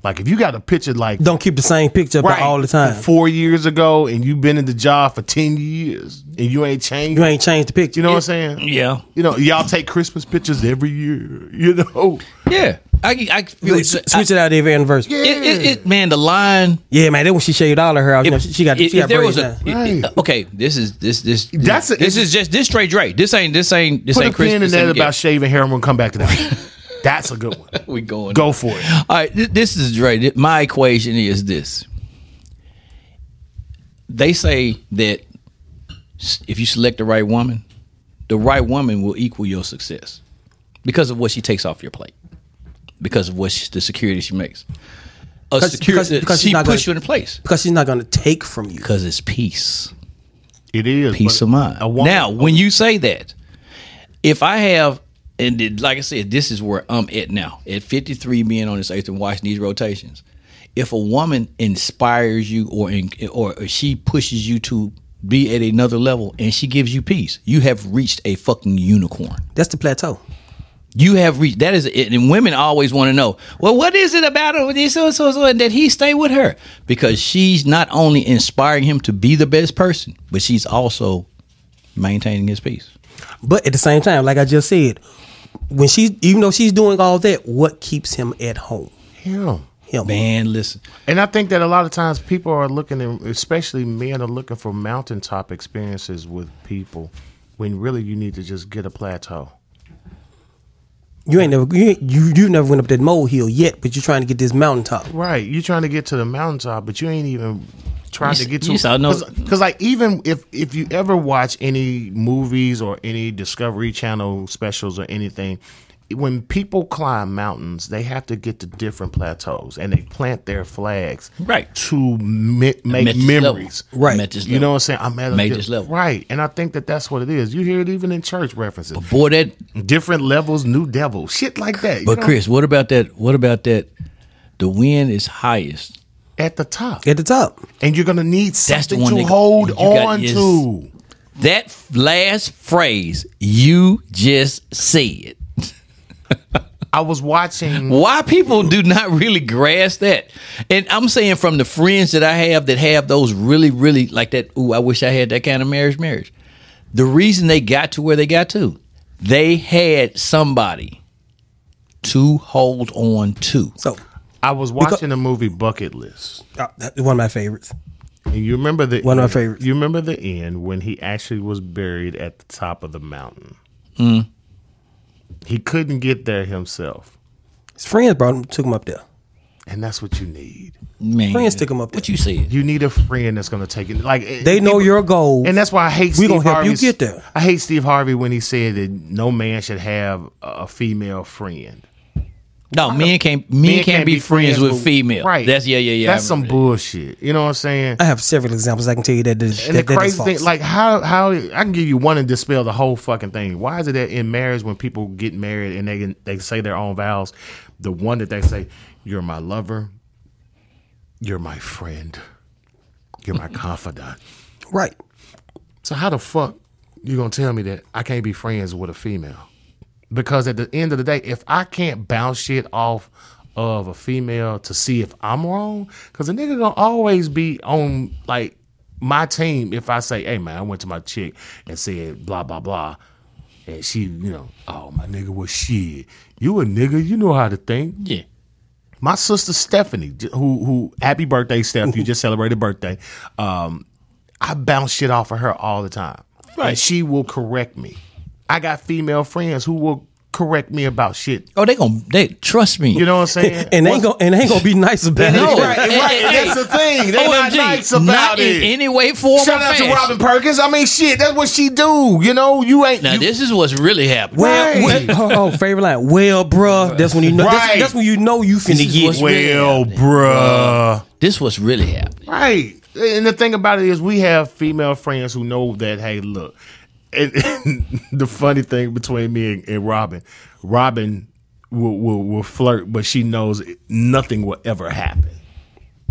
[SPEAKER 4] Like if you got a picture like
[SPEAKER 2] Don't keep the same picture up there all the time.
[SPEAKER 4] four years ago and you've been in the job for ten years and you ain't changed.
[SPEAKER 2] You ain't changed the picture.
[SPEAKER 4] You know what I'm saying?
[SPEAKER 3] Yeah.
[SPEAKER 4] You know, y'all take Christmas pictures every year. You know,
[SPEAKER 3] Yeah. I, I feel
[SPEAKER 2] Like,
[SPEAKER 3] it,
[SPEAKER 2] s- switch it out every anniversary. Yeah,
[SPEAKER 3] it, it, it- man. The line.
[SPEAKER 2] man. That when she shaved all of her, you know, she, she got
[SPEAKER 3] if,
[SPEAKER 2] she got
[SPEAKER 3] if there was
[SPEAKER 2] braids
[SPEAKER 3] a
[SPEAKER 2] now.
[SPEAKER 3] it- it- okay, this is this this
[SPEAKER 4] That's a-
[SPEAKER 3] this is just this straight Dre. This ain't this ain't this
[SPEAKER 4] put a
[SPEAKER 3] ain't Christmas.
[SPEAKER 4] pin in
[SPEAKER 3] this
[SPEAKER 4] that
[SPEAKER 3] ain't-
[SPEAKER 4] about shaving hair, and we'll come back to that. That's a good one.
[SPEAKER 3] we going
[SPEAKER 4] Go for it.
[SPEAKER 3] All right, th- this is Dre. Th- My equation is this. They say that s- if you select the right woman, the right woman will equal your success because of what she takes off your plate, because of what she, the security she makes. A
[SPEAKER 2] Because-
[SPEAKER 3] security
[SPEAKER 2] because- because she's
[SPEAKER 3] she
[SPEAKER 2] not
[SPEAKER 3] puts
[SPEAKER 2] gonna-
[SPEAKER 3] you in a place
[SPEAKER 2] because she's not going to take from you.
[SPEAKER 3] because it's peace
[SPEAKER 4] It is
[SPEAKER 3] peace
[SPEAKER 4] but
[SPEAKER 3] of mind.
[SPEAKER 4] a woman-
[SPEAKER 3] now, when you say that, if I have, and it- like I said, this is where I'm at now, at 53 being on this earth and watching these rotations. If a woman inspires you or in, or she pushes you to be at another level and she gives you peace, you have reached a fucking unicorn.
[SPEAKER 2] That's the plateau.
[SPEAKER 3] You have reached that is it. And women always want to know, well, what is it about him this so so so and that he stay with her? Because she's not only inspiring him to be the best person, but she's also maintaining his peace.
[SPEAKER 2] But at the same time, like I just said, when she's even though she's doing all that, what keeps him at home?
[SPEAKER 4] Yeah.
[SPEAKER 2] Him.
[SPEAKER 3] Man, listen.
[SPEAKER 4] And I think that a lot of times people are looking, at, especially men, are looking for mountaintop experiences with people, when really you need to just get a plateau.
[SPEAKER 2] You ain't never you ain't- you you never went up that molehill yet, but you're trying to get this mountaintop.
[SPEAKER 4] Right. You're trying to get to the mountaintop, but you ain't even trying
[SPEAKER 3] You
[SPEAKER 4] to
[SPEAKER 3] s-
[SPEAKER 4] get
[SPEAKER 3] you saw
[SPEAKER 4] to
[SPEAKER 3] no-
[SPEAKER 4] because like even if if you ever watch any movies or any Discovery Channel specials or anything, when people climb mountains, they have to get to different plateaus and they plant their flags
[SPEAKER 3] Right.
[SPEAKER 4] to me-
[SPEAKER 3] I'm
[SPEAKER 4] make
[SPEAKER 3] at this level.
[SPEAKER 4] memories.
[SPEAKER 2] Right.
[SPEAKER 3] I'm at this
[SPEAKER 4] You know what
[SPEAKER 3] level.
[SPEAKER 4] I'm saying? I'm at a
[SPEAKER 3] Made
[SPEAKER 4] di-
[SPEAKER 3] this level.
[SPEAKER 4] right? And I think that that's what it is. You hear it even in church references,
[SPEAKER 3] Boy, that
[SPEAKER 4] different levels, new devil, shit like that. you
[SPEAKER 3] but
[SPEAKER 4] know?
[SPEAKER 3] Chris, what about that what about that the wind is highest?
[SPEAKER 4] at the top,
[SPEAKER 2] At the top,
[SPEAKER 4] and you're gonna need
[SPEAKER 3] That's the
[SPEAKER 4] something
[SPEAKER 3] one
[SPEAKER 4] to
[SPEAKER 3] that-
[SPEAKER 4] hold
[SPEAKER 3] you got-
[SPEAKER 4] on
[SPEAKER 3] yes.
[SPEAKER 4] to.
[SPEAKER 3] That f- last phrase you just said.
[SPEAKER 4] I was watching.
[SPEAKER 3] why people do not really grasp that and i'm saying from the friends that i have that have those really really like that ooh i wish i had that kind of marriage marriage the reason they got to where they got to they had somebody to hold on to
[SPEAKER 2] so
[SPEAKER 4] I was watching the movie Bucket List,
[SPEAKER 2] uh, that's one of my favorites.
[SPEAKER 4] and you remember the
[SPEAKER 2] One of my
[SPEAKER 4] end-
[SPEAKER 2] favorites.
[SPEAKER 4] You remember the end when he actually was buried at the top of the mountain.
[SPEAKER 3] Hmm.
[SPEAKER 4] He couldn't get there himself,
[SPEAKER 2] His friends brought him, took him up there.
[SPEAKER 4] and that's what you need.
[SPEAKER 3] man
[SPEAKER 2] Friends took 'em up there.
[SPEAKER 3] what you said
[SPEAKER 4] You need a friend that's going to take it. Like eh,
[SPEAKER 2] They know your goals,
[SPEAKER 4] and that's why I hate.
[SPEAKER 2] We
[SPEAKER 4] Steve
[SPEAKER 2] gonna help you
[SPEAKER 4] Harvey's-
[SPEAKER 2] get there.
[SPEAKER 4] I hate Steve Harvey when he said that no man should have a a female friend.
[SPEAKER 3] no men can't men, can't, be, friends, with, female
[SPEAKER 4] Right.
[SPEAKER 3] that's yeah yeah yeah I
[SPEAKER 4] That's some
[SPEAKER 3] remember
[SPEAKER 4] bullshit. You know what I'm saying?
[SPEAKER 2] I have several examples I can tell you that is,
[SPEAKER 4] And
[SPEAKER 2] that,
[SPEAKER 4] the
[SPEAKER 2] that is
[SPEAKER 4] crazy
[SPEAKER 2] false.
[SPEAKER 4] thing, like how how I can give you one and dispel the whole fucking thing. Why is it that in marriage when people get married and they can, they say their own vows, the one that they say, "You're my lover, you're my friend, you're my confidant."
[SPEAKER 2] right?
[SPEAKER 4] So how the fuck you gonna tell me that I can't be friends with a female? Because at the end of the day, if I can't bounce shit off of a female to see if I'm wrong, because a nigga gonna always be on like my team if I say, hey man, I went to my chick and said blah blah blah. And she, you know, oh my nigga was shit. You a nigga, you know how to think.
[SPEAKER 3] Yeah.
[SPEAKER 4] My sister Stephanie, j- who who happy birthday, Steph, you just celebrated birthday. Um, I bounce shit off of her all the time. And
[SPEAKER 3] Right.
[SPEAKER 4] she will correct me. I got female friends who will correct me about shit.
[SPEAKER 3] Oh, they gonna they trust me.
[SPEAKER 4] You know what I'm saying?
[SPEAKER 2] And they ain't gonna and they ain't gonna be nice about
[SPEAKER 4] no,
[SPEAKER 2] it.
[SPEAKER 4] right, right. and that's the thing. They not
[SPEAKER 3] OMG,
[SPEAKER 4] nice about
[SPEAKER 3] not
[SPEAKER 4] it.
[SPEAKER 3] in any way, form,
[SPEAKER 4] Shout
[SPEAKER 3] or
[SPEAKER 4] out to
[SPEAKER 3] fashion.
[SPEAKER 4] Robin Perkins. I mean, shit, that's what she do. You know, you ain't.
[SPEAKER 3] Now
[SPEAKER 4] you-
[SPEAKER 3] this is what's really happening.
[SPEAKER 2] Well,
[SPEAKER 4] Right.
[SPEAKER 2] well- oh, oh, favorite line. Well, bruh, that's when you know.
[SPEAKER 4] Right.
[SPEAKER 2] That's, that's when you know you finna
[SPEAKER 3] is
[SPEAKER 2] get.
[SPEAKER 3] what's-
[SPEAKER 4] well, bruh.
[SPEAKER 3] This what's really happening.
[SPEAKER 4] Right. And the thing about it is, we have female friends who know that, hey, look. And, the funny thing between me and, and Robin, Robin will, will, will flirt, but she knows it- nothing will ever happen.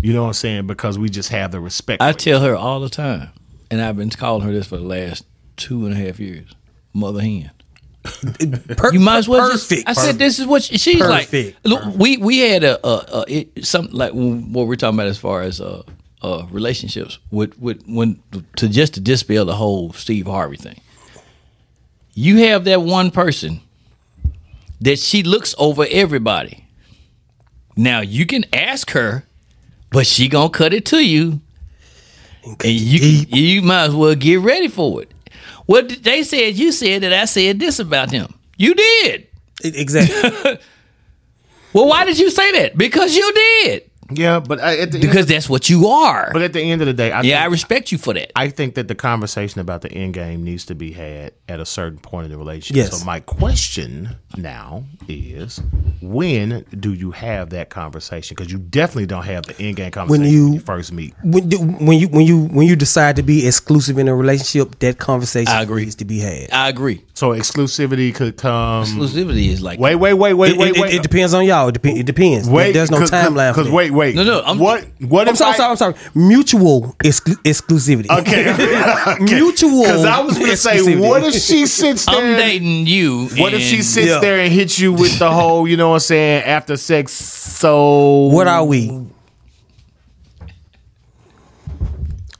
[SPEAKER 4] You know what I'm saying? Because we just have the respect.
[SPEAKER 3] I
[SPEAKER 4] for
[SPEAKER 3] tell her all the time, and I've been calling her this for the last two and a half years. Mother hen.
[SPEAKER 2] Per-
[SPEAKER 3] You might as well. just-
[SPEAKER 2] perfect.
[SPEAKER 3] I said this is what she- she's
[SPEAKER 2] Perfect.
[SPEAKER 3] like. Look, we we had a, a, a it, some like when- what we're talking about as far as uh, uh, relationships with with when to just to dispel the whole Steve Harvey thing. You have that one person that she looks over everybody. Now you can ask her, but she gonna cut it to you, and you you might as well get ready for it. What did they said, you said that I said this about him. You did.
[SPEAKER 2] Exactly.
[SPEAKER 3] Well, why did you say that? Because you did.
[SPEAKER 4] it. Yeah, but I, at the
[SPEAKER 3] Because
[SPEAKER 4] end,
[SPEAKER 3] that's what you are.
[SPEAKER 4] but at the end of the day, I
[SPEAKER 3] yeah, I
[SPEAKER 4] think,
[SPEAKER 3] respect you for that.
[SPEAKER 4] I think that the conversation about the end game needs to be had at a certain point in the relationship.
[SPEAKER 2] Yes.
[SPEAKER 4] So my question now is, when do you have that conversation? Because you definitely don't have the end game conversation when you,
[SPEAKER 2] you-
[SPEAKER 4] first meet.
[SPEAKER 2] when, do- when you when you when you decide to be exclusive in a relationship, that conversation
[SPEAKER 3] I agree.
[SPEAKER 2] needs to be had.
[SPEAKER 3] I agree.
[SPEAKER 4] So exclusivity could come.
[SPEAKER 3] Exclusivity is like
[SPEAKER 4] wait, wait, wait, wait,
[SPEAKER 2] it,
[SPEAKER 4] wait,
[SPEAKER 2] it-
[SPEAKER 4] wait.
[SPEAKER 2] it depends on y'all. It, dep- it depends. There-
[SPEAKER 4] wait
[SPEAKER 2] There's no timeline. for
[SPEAKER 4] Because
[SPEAKER 2] that.
[SPEAKER 4] wait, wait.
[SPEAKER 3] No, no, I'm-
[SPEAKER 4] what? What?
[SPEAKER 2] I'm
[SPEAKER 4] if
[SPEAKER 2] sorry.
[SPEAKER 4] I-
[SPEAKER 2] I'm sorry. I'm sorry. Mutual exclu- exclusivity.
[SPEAKER 4] Okay. okay.
[SPEAKER 2] Mutual
[SPEAKER 4] Because I was going to say,
[SPEAKER 2] exclusivity.
[SPEAKER 4] what if she sits there?
[SPEAKER 3] I'm dating you.
[SPEAKER 4] What if she
[SPEAKER 3] and-
[SPEAKER 4] sits
[SPEAKER 2] Yeah.
[SPEAKER 4] there and hits you with the whole, you know what I'm saying, after sex? So
[SPEAKER 2] What are we?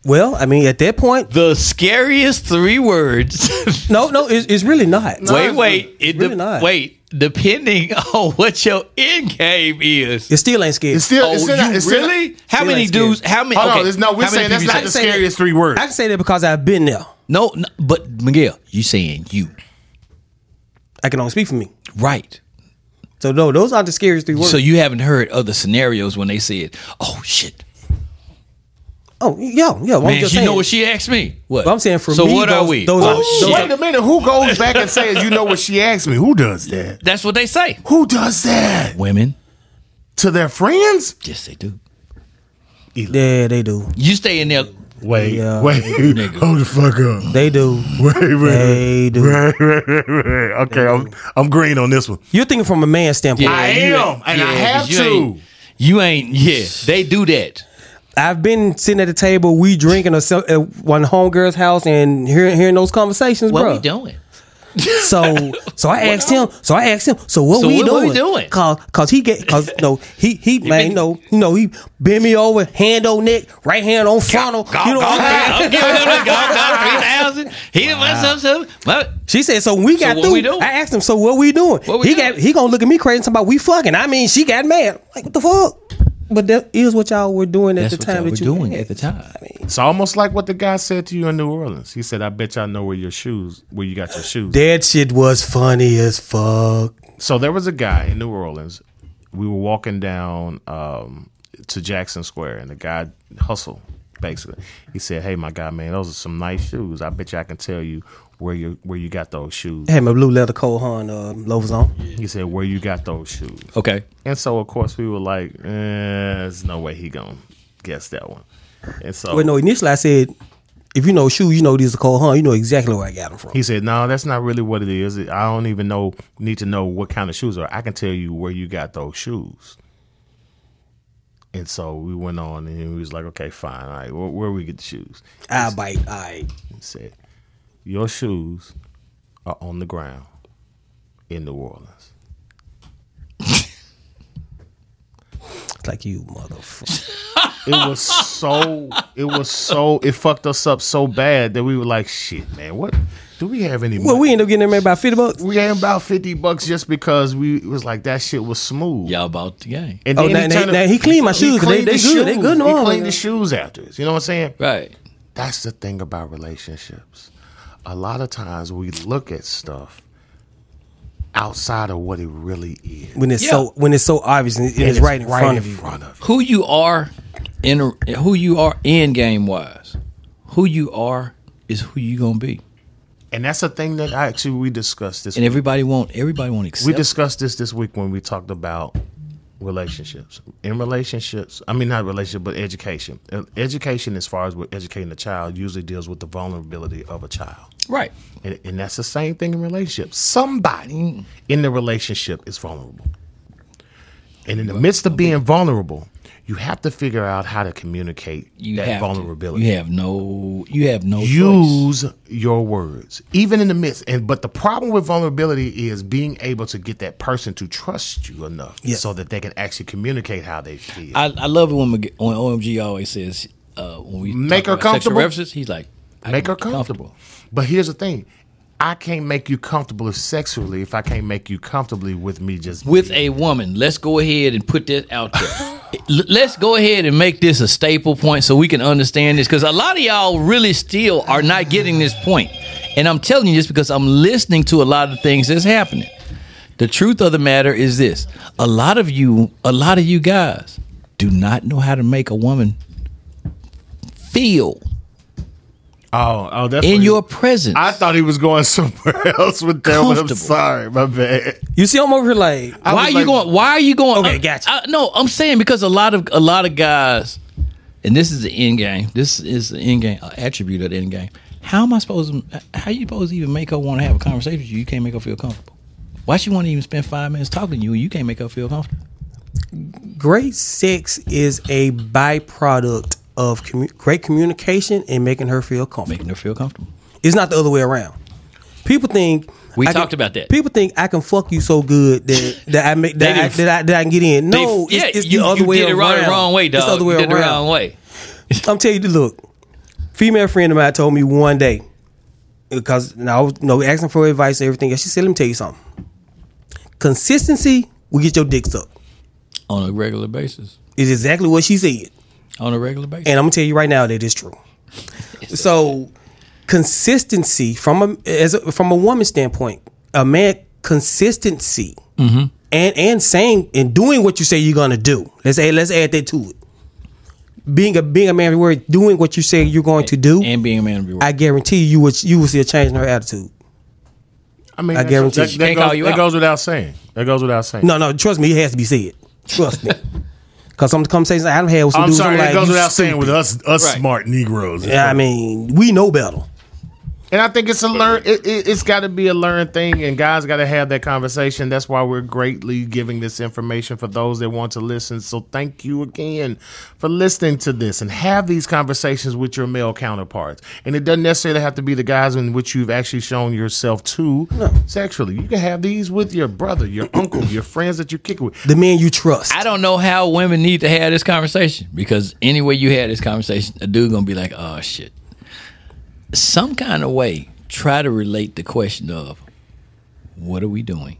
[SPEAKER 2] Well, I mean, at that point,
[SPEAKER 3] the scariest three words?
[SPEAKER 2] no, no, it's, it's really not.
[SPEAKER 3] wait, wait. It
[SPEAKER 2] really
[SPEAKER 3] de-
[SPEAKER 2] not.
[SPEAKER 3] Wait. Depending on what your end game is.
[SPEAKER 2] It still ain't scared.
[SPEAKER 4] It's still,
[SPEAKER 3] oh,
[SPEAKER 4] it's still,
[SPEAKER 3] you
[SPEAKER 4] not- it's still-
[SPEAKER 3] really? how
[SPEAKER 2] still
[SPEAKER 3] many
[SPEAKER 2] ain't scared.
[SPEAKER 3] dudes? How many?
[SPEAKER 4] Hold on,
[SPEAKER 3] okay,
[SPEAKER 4] there's no- we're
[SPEAKER 3] how many
[SPEAKER 4] saying that's
[SPEAKER 3] people
[SPEAKER 4] not
[SPEAKER 3] you
[SPEAKER 4] the
[SPEAKER 3] say?
[SPEAKER 2] say that-
[SPEAKER 4] scariest three words.
[SPEAKER 2] I can say that because I've been there.
[SPEAKER 3] No, no, but Miguel, you saying you
[SPEAKER 2] I can only speak for me.
[SPEAKER 3] right?
[SPEAKER 2] So no, those aren't the scariest three words.
[SPEAKER 3] So you haven't heard other scenarios when they said, "Oh shit,
[SPEAKER 2] oh, yeah, yeah. well, I'm
[SPEAKER 3] man!" You
[SPEAKER 2] just saying.
[SPEAKER 3] know what she asked me? What?
[SPEAKER 2] But I'm saying for
[SPEAKER 3] so
[SPEAKER 2] me,
[SPEAKER 3] what
[SPEAKER 2] those-
[SPEAKER 3] are we?
[SPEAKER 2] those are-
[SPEAKER 3] oh,
[SPEAKER 2] those
[SPEAKER 3] shit.
[SPEAKER 4] Wait a minute. Who goes back and says, you know what she asked me? Who does that?
[SPEAKER 3] That's what they say.
[SPEAKER 4] Who does that
[SPEAKER 3] Women,
[SPEAKER 4] to their friends?
[SPEAKER 3] yes, they do.
[SPEAKER 2] Yeah, they do.
[SPEAKER 3] You stay in there.
[SPEAKER 4] Wait,
[SPEAKER 2] Yeah.
[SPEAKER 4] wait, hold the fuck up.
[SPEAKER 2] They do.
[SPEAKER 4] Wait, wait,
[SPEAKER 2] They do.
[SPEAKER 4] wait, wait, wait, wait. Okay, I'm I'm green on this one.
[SPEAKER 2] You're thinking from a man's standpoint.
[SPEAKER 3] Yeah,
[SPEAKER 4] I
[SPEAKER 3] you
[SPEAKER 4] am,
[SPEAKER 3] ain't-
[SPEAKER 4] and I
[SPEAKER 3] yeah,
[SPEAKER 4] have
[SPEAKER 3] you
[SPEAKER 4] to.
[SPEAKER 3] ain't- you ain't. Yeah, they do that.
[SPEAKER 2] I've been sitting at the table, we drinking or so- at one homegirl's house and hearing, hearing those conversations,
[SPEAKER 3] What
[SPEAKER 2] bro.
[SPEAKER 3] we doing?
[SPEAKER 2] So, so I asked him. So I asked him. So what
[SPEAKER 3] So
[SPEAKER 2] we
[SPEAKER 3] what-
[SPEAKER 2] doing?
[SPEAKER 3] what we doing?
[SPEAKER 2] Cause, cause he get, cause no, he he man, you know, you know, he bend me over, hand on neck, right hand on frontal. you know what I'm saying?
[SPEAKER 3] I'm giving him the God, God, three thousand. He done went some, some. What?
[SPEAKER 2] She said, "So when we got
[SPEAKER 3] what
[SPEAKER 2] through."
[SPEAKER 3] we doing?
[SPEAKER 2] I asked him, "So what we doing?"
[SPEAKER 3] What we
[SPEAKER 2] he
[SPEAKER 3] doing?
[SPEAKER 2] got he gonna look at me crazy and talk about we fucking. I mean, she got mad. Like what the fuck? But that is what y'all were doing at the
[SPEAKER 3] That's what
[SPEAKER 2] time
[SPEAKER 3] y'all
[SPEAKER 2] that
[SPEAKER 3] were
[SPEAKER 2] you
[SPEAKER 3] doing
[SPEAKER 2] had.
[SPEAKER 3] at the time.
[SPEAKER 4] It's almost like what the guy said to you in New Orleans. He said, "I bet y'all know where your shoes, where you got your shoes."
[SPEAKER 2] That shit was funny as fuck.
[SPEAKER 4] So there was a guy in New Orleans. We were walking down um, to Jackson Square, and the guy hustle basically. He said, "Hey, my guy, man, those are some nice shoes. I bet you I can tell you where you where you got those shoes."
[SPEAKER 2] I had my blue leather Cole Haan uh, loafers on.
[SPEAKER 4] He said, "Where you got those shoes?"
[SPEAKER 3] Okay.
[SPEAKER 4] And so, of course, we were like, eh, "There's no way he gonna guess that one." And so,
[SPEAKER 2] But no, initially I said, if you know shoes, you know these are Cole Haan. You know exactly where I got them from.
[SPEAKER 4] He said, "No, that's not really what it is. I don't even know need to know what kind of shoes are. I can tell you where you got those shoes." And so we went on, and he was like, "Okay, fine. All right, where, where we get the shoes?"
[SPEAKER 2] I bite. I
[SPEAKER 4] He said, "Your shoes are on the ground in New Orleans?
[SPEAKER 2] It's like you motherfucker.
[SPEAKER 4] It was so. It was so. It fucked us up so bad that we were like, "Shit, man, what do we have any?"
[SPEAKER 2] well,
[SPEAKER 4] money?
[SPEAKER 2] we end up getting there about fifty bucks.
[SPEAKER 4] we had about fifty bucks just because we it was like that shit was smooth.
[SPEAKER 3] Y'all bought the game.
[SPEAKER 4] And
[SPEAKER 2] Oh,
[SPEAKER 4] then
[SPEAKER 2] now-
[SPEAKER 4] he,
[SPEAKER 2] now-
[SPEAKER 4] turned-
[SPEAKER 2] now he cleaned my shoes. They-
[SPEAKER 4] cleaned
[SPEAKER 2] they
[SPEAKER 4] the
[SPEAKER 2] good. They
[SPEAKER 4] shoes.
[SPEAKER 2] good in
[SPEAKER 4] He
[SPEAKER 2] Orleans,
[SPEAKER 4] cleaned
[SPEAKER 2] man.
[SPEAKER 4] the shoes after us. You know what I'm saying?
[SPEAKER 3] Right.
[SPEAKER 4] That's the thing about relationships. A lot of times we look at stuff outside of what it really is.
[SPEAKER 2] When it's
[SPEAKER 3] Yeah.
[SPEAKER 2] so when it's so obvious and, it- and
[SPEAKER 4] And
[SPEAKER 2] it's, right in front of you.
[SPEAKER 4] front of you.
[SPEAKER 3] Who you are in a, who you are in game wise. Who you are is who you gonna be.
[SPEAKER 4] And that's a thing that I actually we discussed this
[SPEAKER 3] And everybody won't everybody won't accept
[SPEAKER 4] we discussed this this week when we talked about relationships in relationships i mean not relationship but education Uh, education as far as we're educating a child usually deals with the vulnerability of a child
[SPEAKER 3] it. Right.
[SPEAKER 4] and, and that's the same thing in relationships somebody in the relationship is vulnerable and in the midst of being vulnerable you have to figure out how to communicate
[SPEAKER 3] You
[SPEAKER 4] that
[SPEAKER 3] have to.
[SPEAKER 4] vulnerability
[SPEAKER 3] You have no you have no choice.
[SPEAKER 4] use your words even in the midst and but the problem with vulnerability is being able to get that person to trust you enough
[SPEAKER 2] Yes.
[SPEAKER 4] so that they can actually communicate how they feel
[SPEAKER 3] I, I love it when Mag- when OMG always says uh, when we
[SPEAKER 4] Make
[SPEAKER 3] talk
[SPEAKER 4] her
[SPEAKER 3] about sexual
[SPEAKER 4] comfortable.
[SPEAKER 3] references, he's like I
[SPEAKER 4] make
[SPEAKER 3] can
[SPEAKER 4] her
[SPEAKER 3] you
[SPEAKER 4] comfortable. but here's the thing i can't make you comfortable sexually if i can't make you comfortably with me just
[SPEAKER 3] with a woman. Let's go ahead and put that out there. L- Let's go ahead and make this a staple point so we can understand this because a lot of y'all really still are not getting this point. And I'm telling you this because I'm listening to a lot of the things that's happening. The truth of the matter is this a lot of you, a lot of you guys do not know how to make a woman feel
[SPEAKER 4] oh oh that's
[SPEAKER 3] in
[SPEAKER 4] what-
[SPEAKER 3] your presence.
[SPEAKER 4] i thought he was going somewhere else with that but i'm
[SPEAKER 3] Comfortable.
[SPEAKER 4] sorry my bad
[SPEAKER 2] You see, I'm over here like
[SPEAKER 4] I
[SPEAKER 3] why
[SPEAKER 4] was
[SPEAKER 3] are you
[SPEAKER 4] like-
[SPEAKER 3] going? Why are you going?
[SPEAKER 2] Okay,
[SPEAKER 3] I-
[SPEAKER 2] gotcha.
[SPEAKER 3] I- no, I'm saying because a lot of a lot of guys, and this is the end game. This is the end game uh, attribute of the end game. How am I supposed? to How you supposed to even make her want to have a conversation with you? You can't make her feel comfortable. Why she want to even spend five minutes talking to you? and You can't make her feel comfortable.
[SPEAKER 2] great sex is a byproduct of commu- great communication and making her feel comfortable.
[SPEAKER 3] Making her feel comfortable.
[SPEAKER 2] It's not the other way around. People think
[SPEAKER 3] We
[SPEAKER 2] can-
[SPEAKER 3] talked about that.
[SPEAKER 2] People think I can fuck you so good that that I make that, I,
[SPEAKER 3] didn't-
[SPEAKER 2] that, I, that I can get in.
[SPEAKER 3] They-
[SPEAKER 2] No,
[SPEAKER 3] yeah,
[SPEAKER 2] it's, it's
[SPEAKER 3] you,
[SPEAKER 2] the other
[SPEAKER 3] you
[SPEAKER 2] way
[SPEAKER 3] did it
[SPEAKER 2] around.
[SPEAKER 3] right the wrong way, dog.
[SPEAKER 2] It's the other way
[SPEAKER 3] you did
[SPEAKER 2] around.
[SPEAKER 3] it the wrong way.
[SPEAKER 2] I'm telling you, look, female friend of mine told me one day, because and I was you know, asking for advice and everything. And she said, "Let me tell you something. Consistency will get your dick sucked."
[SPEAKER 3] On a regular basis.
[SPEAKER 2] Is exactly what she said.
[SPEAKER 3] On a regular basis.
[SPEAKER 2] And I'm gonna tell you right now that it's true. so consistency from a as a, from a woman's standpoint, a man consistency
[SPEAKER 4] Mm-hmm.
[SPEAKER 2] and and saying and doing what you say you're gonna do. Let's add, let's add that to it. Being a being a man of your word, doing what you say you're going to do,
[SPEAKER 3] And being a man of your word.
[SPEAKER 2] I guarantee you, you would you will see a change in her attitude.
[SPEAKER 4] i mean
[SPEAKER 2] I
[SPEAKER 4] that's-
[SPEAKER 2] guarantee
[SPEAKER 4] that,
[SPEAKER 2] you.
[SPEAKER 4] that
[SPEAKER 3] Can't
[SPEAKER 4] goes,
[SPEAKER 3] call you
[SPEAKER 4] that
[SPEAKER 3] out.
[SPEAKER 4] goes without saying that goes without saying
[SPEAKER 2] No, no, trust me, it has to be said. Trust me. Because some conversations I don't have with some
[SPEAKER 4] i'm
[SPEAKER 2] dudes,
[SPEAKER 4] sorry
[SPEAKER 2] I'm
[SPEAKER 4] that
[SPEAKER 2] like,
[SPEAKER 4] goes
[SPEAKER 2] you
[SPEAKER 4] without saying with
[SPEAKER 2] stupid.
[SPEAKER 4] us us
[SPEAKER 3] Right.
[SPEAKER 4] smart negroes
[SPEAKER 2] Yeah, I mean, we know better.
[SPEAKER 4] And I think it's a learn. It, it, it's got to be a learned thing, and guys got to have that conversation. That's why we're greatly giving this information for those that want to listen. So thank you again for listening to this and have these conversations with your male counterparts. And it doesn't necessarily have to be the guys in which you've actually shown yourself to sexually. You can have these with your brother, your uncle, your friends that you kick with.
[SPEAKER 2] The man you trust.
[SPEAKER 3] I don't know how women need to have this conversation because any way you had this conversation, a dude gonna be like, "Oh shit." Some kind of way, try to relate the question of, "What are we doing?"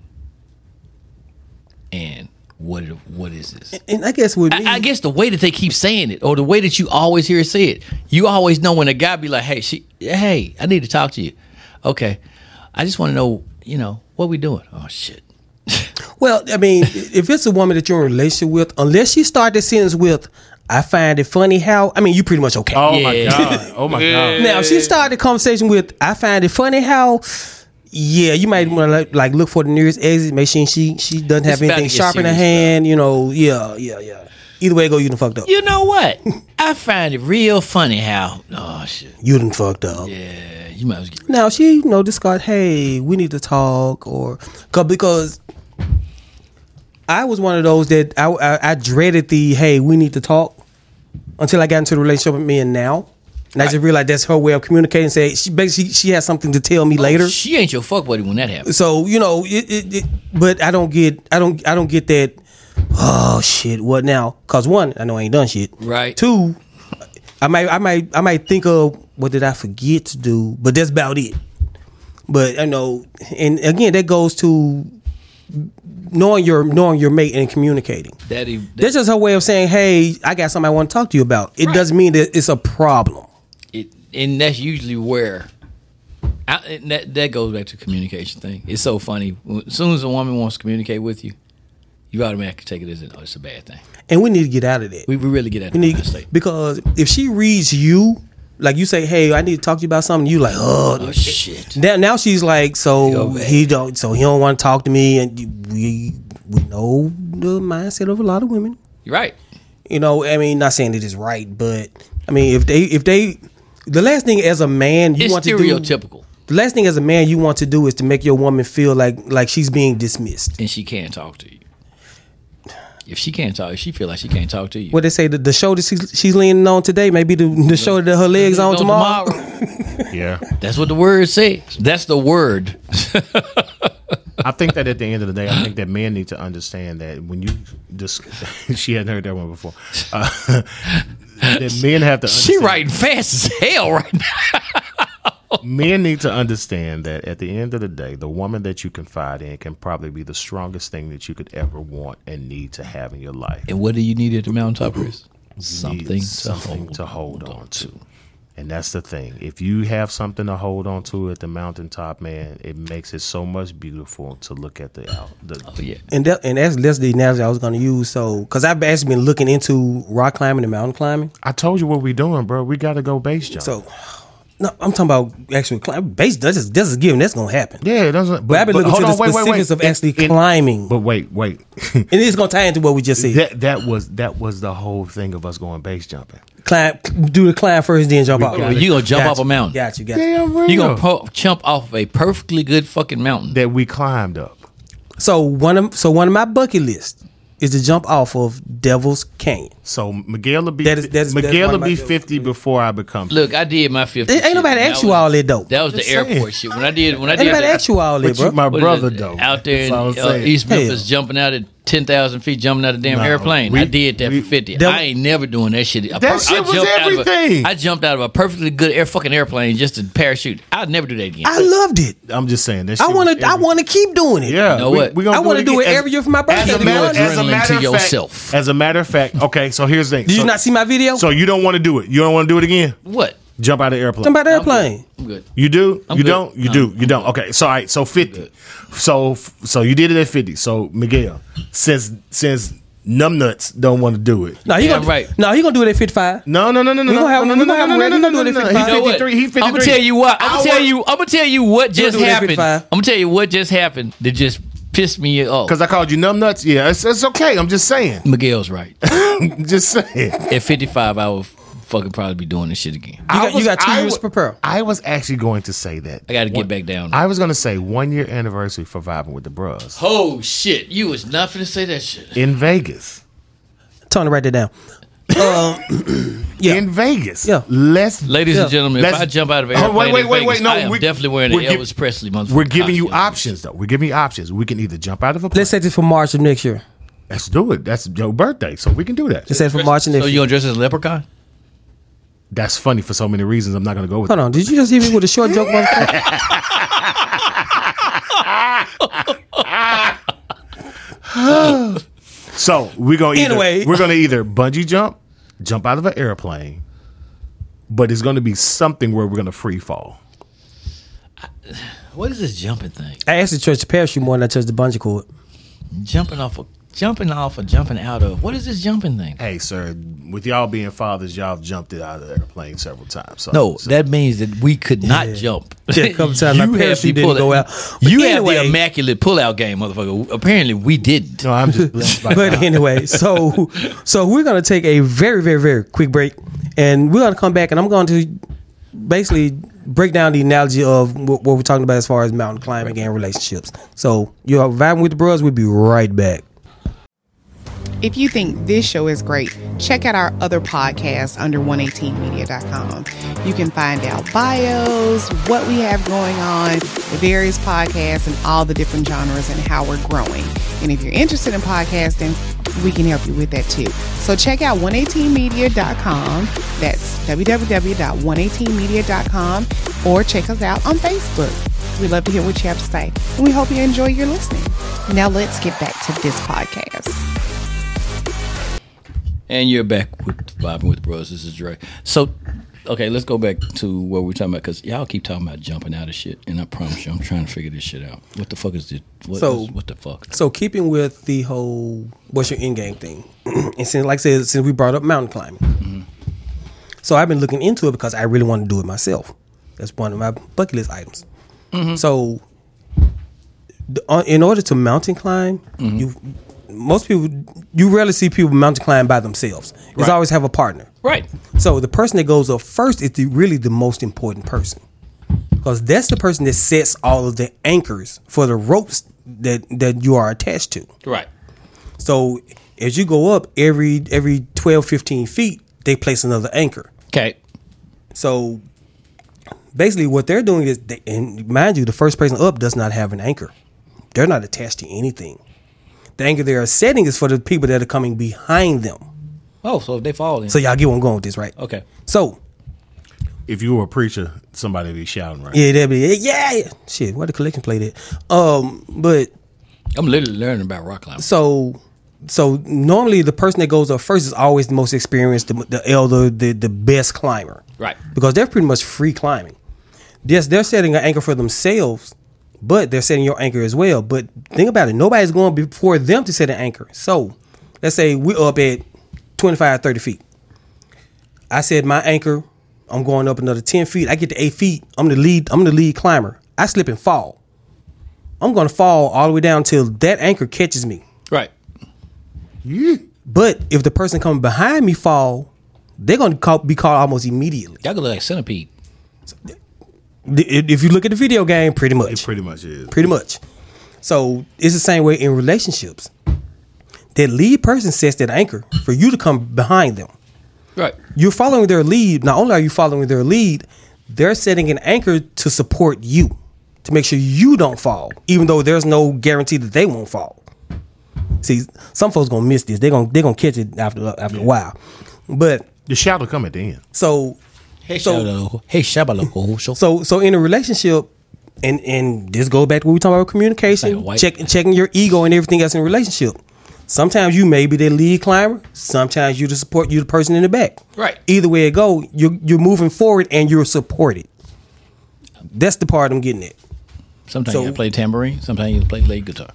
[SPEAKER 3] and "What it- what is this?"
[SPEAKER 2] And I guess with me,
[SPEAKER 3] I, I guess the way that they keep saying it, or the way that you always hear it said, you always know when a guy be like, "Hey, she, hey, I need to talk to you." Okay, I just want to know, you know, what we doing? Oh shit.
[SPEAKER 2] Well, I mean, if it's a woman that you're in a relationship with, unless she start the sentence with, I find it funny how, I mean, you pretty much okay.
[SPEAKER 4] Oh my
[SPEAKER 3] Yeah.
[SPEAKER 4] god! Oh my god!
[SPEAKER 2] Now, if she started the conversation with, I find it funny how, yeah, you might want to like, like look for the nearest exit, make sure she she doesn't have
[SPEAKER 3] It's about to
[SPEAKER 2] anything
[SPEAKER 3] get
[SPEAKER 2] sharp in her
[SPEAKER 3] serious,
[SPEAKER 2] hand, you know, yeah, yeah, yeah. Either way, it go, you done fucked up.
[SPEAKER 3] You know what? I find it real funny how. Oh shit!
[SPEAKER 2] You done fucked up.
[SPEAKER 3] Yeah, you might as well get.
[SPEAKER 2] Now, she, you know, discussed, hey, we need to talk, or, 'cause- because I was one of those that I, I, I dreaded the, hey, we need to talk until I got into the relationship with me and now. And I just realized that's her way of communicating. Say she basically she has something to tell me later.
[SPEAKER 3] She ain't your fuck buddy when that happens.
[SPEAKER 2] So you know, it, it, it, but I don't get, I don't, I don't get that. Oh shit! What now? Cause one, I know I ain't done shit.
[SPEAKER 3] Right.
[SPEAKER 2] Two, I might, I might, I might think of what did I forget to do, but that's about it. But I know, and again, that goes to knowing your knowing your mate and communicating.
[SPEAKER 3] That, e- that
[SPEAKER 2] That's just her way of saying, "Hey, I got something I want to talk to you about." It
[SPEAKER 3] Right.
[SPEAKER 2] doesn't mean that it's a problem.
[SPEAKER 3] it, and that's usually where I, and that that goes back to communication thing. It's so funny. As soon as a woman wants to communicate with you, you automatically take it as oh, it's a bad thing.
[SPEAKER 2] And we need to get out of that.
[SPEAKER 3] We, we really get out
[SPEAKER 2] You
[SPEAKER 3] of
[SPEAKER 2] need-
[SPEAKER 3] that state.
[SPEAKER 2] because if she reads you, like you say, "Hey, I need to talk to you about something," you like, "Oh,
[SPEAKER 3] Oh shit!
[SPEAKER 2] Now, now she's like,
[SPEAKER 3] Go
[SPEAKER 2] so
[SPEAKER 3] back.
[SPEAKER 2] he don't, so he don't want to talk to me, and you- we we know the mindset of a lot of women.
[SPEAKER 3] You're right.
[SPEAKER 2] You know, I mean, not saying it is right, but I mean, if they if they, the last thing as a man you
[SPEAKER 3] It's
[SPEAKER 2] want to do,
[SPEAKER 3] stereotypical,
[SPEAKER 2] the last thing as a man you want to do is to make your woman feel like like she's being dismissed.
[SPEAKER 3] and she can't talk to you. If she can't talk, if she feel like she can't talk to you,
[SPEAKER 2] What they say, the, the shoulder she's, she's leaning on today may be the, the shoulder that her legs on
[SPEAKER 3] Go
[SPEAKER 2] tomorrow.
[SPEAKER 4] Yeah.
[SPEAKER 3] That's what the word says. That's the word.
[SPEAKER 4] I think that at the end of the day, I think that men need to understand that when you just she hadn't heard that one before. Uh, that men have to.
[SPEAKER 3] She
[SPEAKER 4] Understand,
[SPEAKER 3] writing fast as hell right now.
[SPEAKER 4] Men need to understand that at the end of the day, the woman that you confide in can probably be the strongest thing that you could ever want and need to have in your life.
[SPEAKER 3] And what do you need at the mountaintop, Chris?
[SPEAKER 4] need
[SPEAKER 3] Something,
[SPEAKER 4] something
[SPEAKER 3] to
[SPEAKER 4] to
[SPEAKER 3] hold,
[SPEAKER 4] hold on to. And that's the thing. If you have something to hold on to at the mountaintop, man, it makes it so much beautiful to look at the out. The,
[SPEAKER 3] Oh, Yeah.
[SPEAKER 2] And that, and that's that's the analogy I was going to use. So, because I've actually been looking into rock climbing and mountain climbing.
[SPEAKER 4] I told you what we doing, bro. We got to go base jump.
[SPEAKER 2] So, no, I'm talking about actually climbing. Base, that's just, that's a given. That's gonna happen.
[SPEAKER 4] yeah, it doesn't.
[SPEAKER 2] But I've been looking
[SPEAKER 4] hold
[SPEAKER 2] to the
[SPEAKER 4] on, wait, wait,
[SPEAKER 2] specifics
[SPEAKER 4] wait.
[SPEAKER 2] of actually
[SPEAKER 4] And- and-
[SPEAKER 2] climbing,
[SPEAKER 4] But wait, wait.
[SPEAKER 2] and it's gonna tie into what we just said.
[SPEAKER 4] that that was that was the whole thing of us going base jumping.
[SPEAKER 2] climb, do the climb first, then jump off.
[SPEAKER 3] Well, you gonna jump off a mountain.
[SPEAKER 2] Got you, got you.
[SPEAKER 4] Damn real.
[SPEAKER 3] You gonna po- jump off of a perfectly good fucking mountain.
[SPEAKER 4] that we climbed up.
[SPEAKER 2] So one of so one of my bucket lists is to jump off of Devil's Canyon.
[SPEAKER 4] So Miguel will be
[SPEAKER 2] That is- that is- that's
[SPEAKER 4] Miguel
[SPEAKER 2] one
[SPEAKER 4] will
[SPEAKER 2] of my-
[SPEAKER 4] be fifty before I become.
[SPEAKER 3] Look, I did my 50.
[SPEAKER 2] It, ain't
[SPEAKER 3] shit,
[SPEAKER 2] nobody
[SPEAKER 3] and
[SPEAKER 2] asked
[SPEAKER 3] that
[SPEAKER 2] you
[SPEAKER 3] was-
[SPEAKER 2] all that though.
[SPEAKER 3] That was the
[SPEAKER 4] saying.
[SPEAKER 3] airport shit. When I did, when I
[SPEAKER 2] Ain't
[SPEAKER 3] did,
[SPEAKER 2] nobody asked you all that,
[SPEAKER 4] but
[SPEAKER 2] bro.
[SPEAKER 4] you my
[SPEAKER 3] what is
[SPEAKER 4] brother
[SPEAKER 3] it,
[SPEAKER 4] though.
[SPEAKER 3] out there
[SPEAKER 4] That's
[SPEAKER 3] in
[SPEAKER 4] all I'm
[SPEAKER 3] uh,
[SPEAKER 4] saying.
[SPEAKER 3] East
[SPEAKER 2] Hell.
[SPEAKER 3] Memphis, jumping out at ten thousand feet, jumping out of damn
[SPEAKER 4] No,
[SPEAKER 3] airplane.
[SPEAKER 4] we-
[SPEAKER 3] I did that
[SPEAKER 4] we-
[SPEAKER 3] for fifty.
[SPEAKER 2] That-
[SPEAKER 3] I ain't never doing that shit. A
[SPEAKER 4] That
[SPEAKER 3] per- I
[SPEAKER 4] shit was
[SPEAKER 3] jumped out of a-
[SPEAKER 4] everything.
[SPEAKER 3] I jumped out of a perfectly good air fucking airplane just to parachute. I'd never do that again.
[SPEAKER 2] I loved it.
[SPEAKER 4] I'm just saying. That
[SPEAKER 2] I
[SPEAKER 4] shit
[SPEAKER 2] want
[SPEAKER 4] was
[SPEAKER 2] to. I
[SPEAKER 4] every-
[SPEAKER 2] want to keep doing it.
[SPEAKER 4] Yeah,
[SPEAKER 3] know what?
[SPEAKER 2] I wanna do it
[SPEAKER 4] again.
[SPEAKER 2] every year for my birthday.
[SPEAKER 4] As a
[SPEAKER 2] Give
[SPEAKER 4] matter,
[SPEAKER 2] your
[SPEAKER 4] as a
[SPEAKER 3] adrenaline
[SPEAKER 4] matter
[SPEAKER 3] to
[SPEAKER 4] of fact,
[SPEAKER 3] yourself.
[SPEAKER 4] as a matter of fact, okay. So here's the thing.
[SPEAKER 2] Did
[SPEAKER 4] so,
[SPEAKER 2] you not see my video?
[SPEAKER 4] So you don't want to do it. You don't want to do it again.
[SPEAKER 3] What?
[SPEAKER 4] Jump out of the airplane.
[SPEAKER 2] jump out the airplane.
[SPEAKER 3] I'm good.
[SPEAKER 4] You do?
[SPEAKER 3] I'm
[SPEAKER 4] you
[SPEAKER 3] good.
[SPEAKER 4] don't? You
[SPEAKER 3] No,
[SPEAKER 4] do? You don't? Okay. So all right. So fifty. So so you did it at fifty. So Miguel, since since numbnuts don't want to do it.
[SPEAKER 2] No, he
[SPEAKER 3] Yeah,
[SPEAKER 2] gonna
[SPEAKER 3] right.
[SPEAKER 2] no, he gonna do it at 55.
[SPEAKER 4] No, no, no, no, no.
[SPEAKER 2] We gonna have-
[SPEAKER 4] no,
[SPEAKER 2] we gonna have him ready. We gonna do it at
[SPEAKER 4] He
[SPEAKER 2] You know
[SPEAKER 4] 53. He 53.
[SPEAKER 3] I'm gonna tell you what. I'm
[SPEAKER 4] Our-
[SPEAKER 3] gonna tell you. I'm gonna tell you what just
[SPEAKER 2] do it every
[SPEAKER 3] happened.
[SPEAKER 2] five.
[SPEAKER 3] I'm gonna tell you what just happened that just pissed me off.
[SPEAKER 4] Cause I called you numbnuts. Yeah, it's, it's okay. I'm just saying.
[SPEAKER 3] Miguel's right.
[SPEAKER 4] I'm just saying.
[SPEAKER 3] At 55, I would fucking probably be doing this shit again.
[SPEAKER 2] You
[SPEAKER 4] I
[SPEAKER 2] got, you
[SPEAKER 4] was-
[SPEAKER 2] got two
[SPEAKER 4] I
[SPEAKER 2] years
[SPEAKER 4] wa-
[SPEAKER 2] to prepare.
[SPEAKER 4] I was actually going to say that.
[SPEAKER 3] I got to get back down.
[SPEAKER 4] I was going to say one year anniversary for vibing with the bros
[SPEAKER 3] oh shit! You was not finna say that shit.
[SPEAKER 4] in Vegas.
[SPEAKER 2] Tony, write that down. Yeah.
[SPEAKER 4] In Vegas.
[SPEAKER 2] Yeah.
[SPEAKER 4] Let's.
[SPEAKER 3] Ladies
[SPEAKER 2] Yeah.
[SPEAKER 3] and gentlemen,
[SPEAKER 4] Let's-
[SPEAKER 3] if I jump out of an
[SPEAKER 4] Oh,
[SPEAKER 3] airplane,
[SPEAKER 4] wait, wait,
[SPEAKER 3] in
[SPEAKER 4] wait,
[SPEAKER 3] Vegas,
[SPEAKER 4] wait, no,
[SPEAKER 3] I am
[SPEAKER 4] we-
[SPEAKER 3] definitely wearing an
[SPEAKER 4] we're gi-
[SPEAKER 3] Elvis Presley motherfucker.
[SPEAKER 4] We're giving you
[SPEAKER 3] costume.
[SPEAKER 4] options though. We're giving you options. We can either jump out of a plane.
[SPEAKER 2] Let's set this for March of next year.
[SPEAKER 4] Let's do it. That's your birthday, so we can do that.
[SPEAKER 2] Let's set it for March of next
[SPEAKER 3] So you
[SPEAKER 2] year.
[SPEAKER 3] gonna dress as a leprechaun?
[SPEAKER 4] That's funny for so many reasons. I'm not going to go with.
[SPEAKER 2] Hold
[SPEAKER 4] it.
[SPEAKER 2] on, did you just hit me with a short joke? motherfucker?
[SPEAKER 4] So we're going. to
[SPEAKER 2] Anyway.
[SPEAKER 4] we're going to either bungee jump, jump out of an airplane, but it's going to be something where we're going to free fall.
[SPEAKER 3] What is this jumping thing?
[SPEAKER 2] I asked the church to parachute more than I touched the bungee cord.
[SPEAKER 3] Jumping off of jumping off or jumping out of? What is this jumping thing?
[SPEAKER 4] Hey, sir, with y'all being fathers, y'all jumped it out of the airplane several times. So,
[SPEAKER 3] No,
[SPEAKER 4] so-
[SPEAKER 3] that means that we could not jump.
[SPEAKER 2] Yeah, a couple times my parachute didn't
[SPEAKER 3] pull
[SPEAKER 2] go
[SPEAKER 3] it-
[SPEAKER 2] out. But
[SPEAKER 3] You have
[SPEAKER 2] anyway-
[SPEAKER 3] the immaculate pullout game, motherfucker. Apparently, we didn't.
[SPEAKER 4] no, I'm just blessed by
[SPEAKER 2] But anyway, so so we're gonna take a very very very quick break, and we're gonna come back, and I'm going to basically break down the analogy of what, what we're talking about as far as mountain climbing and relationships. So you're vibing with the bros. We'll be right back.
[SPEAKER 5] If you think this show is great, check out our other podcasts under 118media.com. You can find out bios, what we have going on, the various podcasts, and all the different genres and how we're growing. And if you're interested in podcasting, we can help you with that too. So check out 118media.com. That's www.118media.com or check us out on Facebook. We'd love to hear what you have to say. And we hope you enjoy your listening. Now let's get back to this podcast.
[SPEAKER 3] And you're back with vibing with bros. This is Dre. So, okay, let's go back to what we were talking about because y'all keep talking about jumping out of shit, and I promise you, I'm trying to figure this shit out. What the fuck is this? What,
[SPEAKER 2] So-
[SPEAKER 3] is- what the fuck?
[SPEAKER 2] So keeping with the whole what's your end game thing, and since like I said, since we brought up mountain climbing, so I've been looking into it because I really want to do it myself. That's one of my bucket list items. So, the, on, in order to mountain climb, you most people you rarely see people mountain climb by themselves. It's
[SPEAKER 3] Right.
[SPEAKER 2] always have a partner.
[SPEAKER 3] Right.
[SPEAKER 2] So the person that goes up first is the, really the most important person because that's the person that sets all of the anchors for the ropes that that you are attached to.
[SPEAKER 3] Right.
[SPEAKER 2] So as you go up every every 12 15 feet, they place another anchor.
[SPEAKER 3] Okay.
[SPEAKER 2] So basically what they're doing is they, and mind you the first person up does not have an anchor. They're not attached to anything. The anchor they are setting is for the people that are coming behind them.
[SPEAKER 3] Oh, so if they fall in.
[SPEAKER 2] So y'all get where I'm going with this, right?
[SPEAKER 3] okay.
[SPEAKER 2] So
[SPEAKER 4] If you were a preacher, somebody would be shouting right.
[SPEAKER 2] Yeah, that'd be it. Yeah, yeah. Shit, where the collection plate at? Um, but
[SPEAKER 3] I'm literally learning about rock climbing.
[SPEAKER 2] so so normally the person that goes up first is always the most experienced, the, the elder, the the best climber,
[SPEAKER 3] Right.
[SPEAKER 2] Because they're pretty much free climbing. Yes, they're setting an anchor for themselves, but they're setting your anchor as well. But think about it, nobody's going before them to set an anchor. So let's say we're up at 25, 30 feet. I said my anchor, I'm going up another 10 feet. I get to eight feet. I'm the lead, I'm the lead climber. I slip and fall. I'm gonna fall all the way down till that anchor catches me.
[SPEAKER 3] Right.
[SPEAKER 2] But if the person coming behind me fall, they're gonna call, be called almost immediately.
[SPEAKER 3] Y'all look like centipede.
[SPEAKER 2] Th- If you look at the video game, pretty much.
[SPEAKER 4] Pretty much is.
[SPEAKER 2] pretty much. So it's the same way in relationships. That lead person sets that anchor for you to come behind them.
[SPEAKER 3] Right.
[SPEAKER 2] You're following their lead. Not only are you following their lead, they're setting an anchor to support you, to make sure you don't fall, even though there's no guarantee that they won't fall. See, some folks gonna miss this. They're gonna they're gonna catch it after after a while. But
[SPEAKER 4] The shout will come at the end.
[SPEAKER 2] so
[SPEAKER 3] Hey,
[SPEAKER 2] So-
[SPEAKER 3] Shabalo. Hey, Shabalo. So,
[SPEAKER 2] So so in a relationship, and and this goes back to what we talking about
[SPEAKER 3] Like a
[SPEAKER 2] communication,
[SPEAKER 3] white-
[SPEAKER 2] check, checking your ego and everything else in a relationship. Sometimes you may be the lead climber. Sometimes you the support you the person in the back.
[SPEAKER 3] Right.
[SPEAKER 2] Either way it go, you're you're moving forward and you're supported. That's the part I'm getting at.
[SPEAKER 3] sometimes
[SPEAKER 2] so-
[SPEAKER 3] you gotta play tambourine. Sometimes you gotta play lead guitar.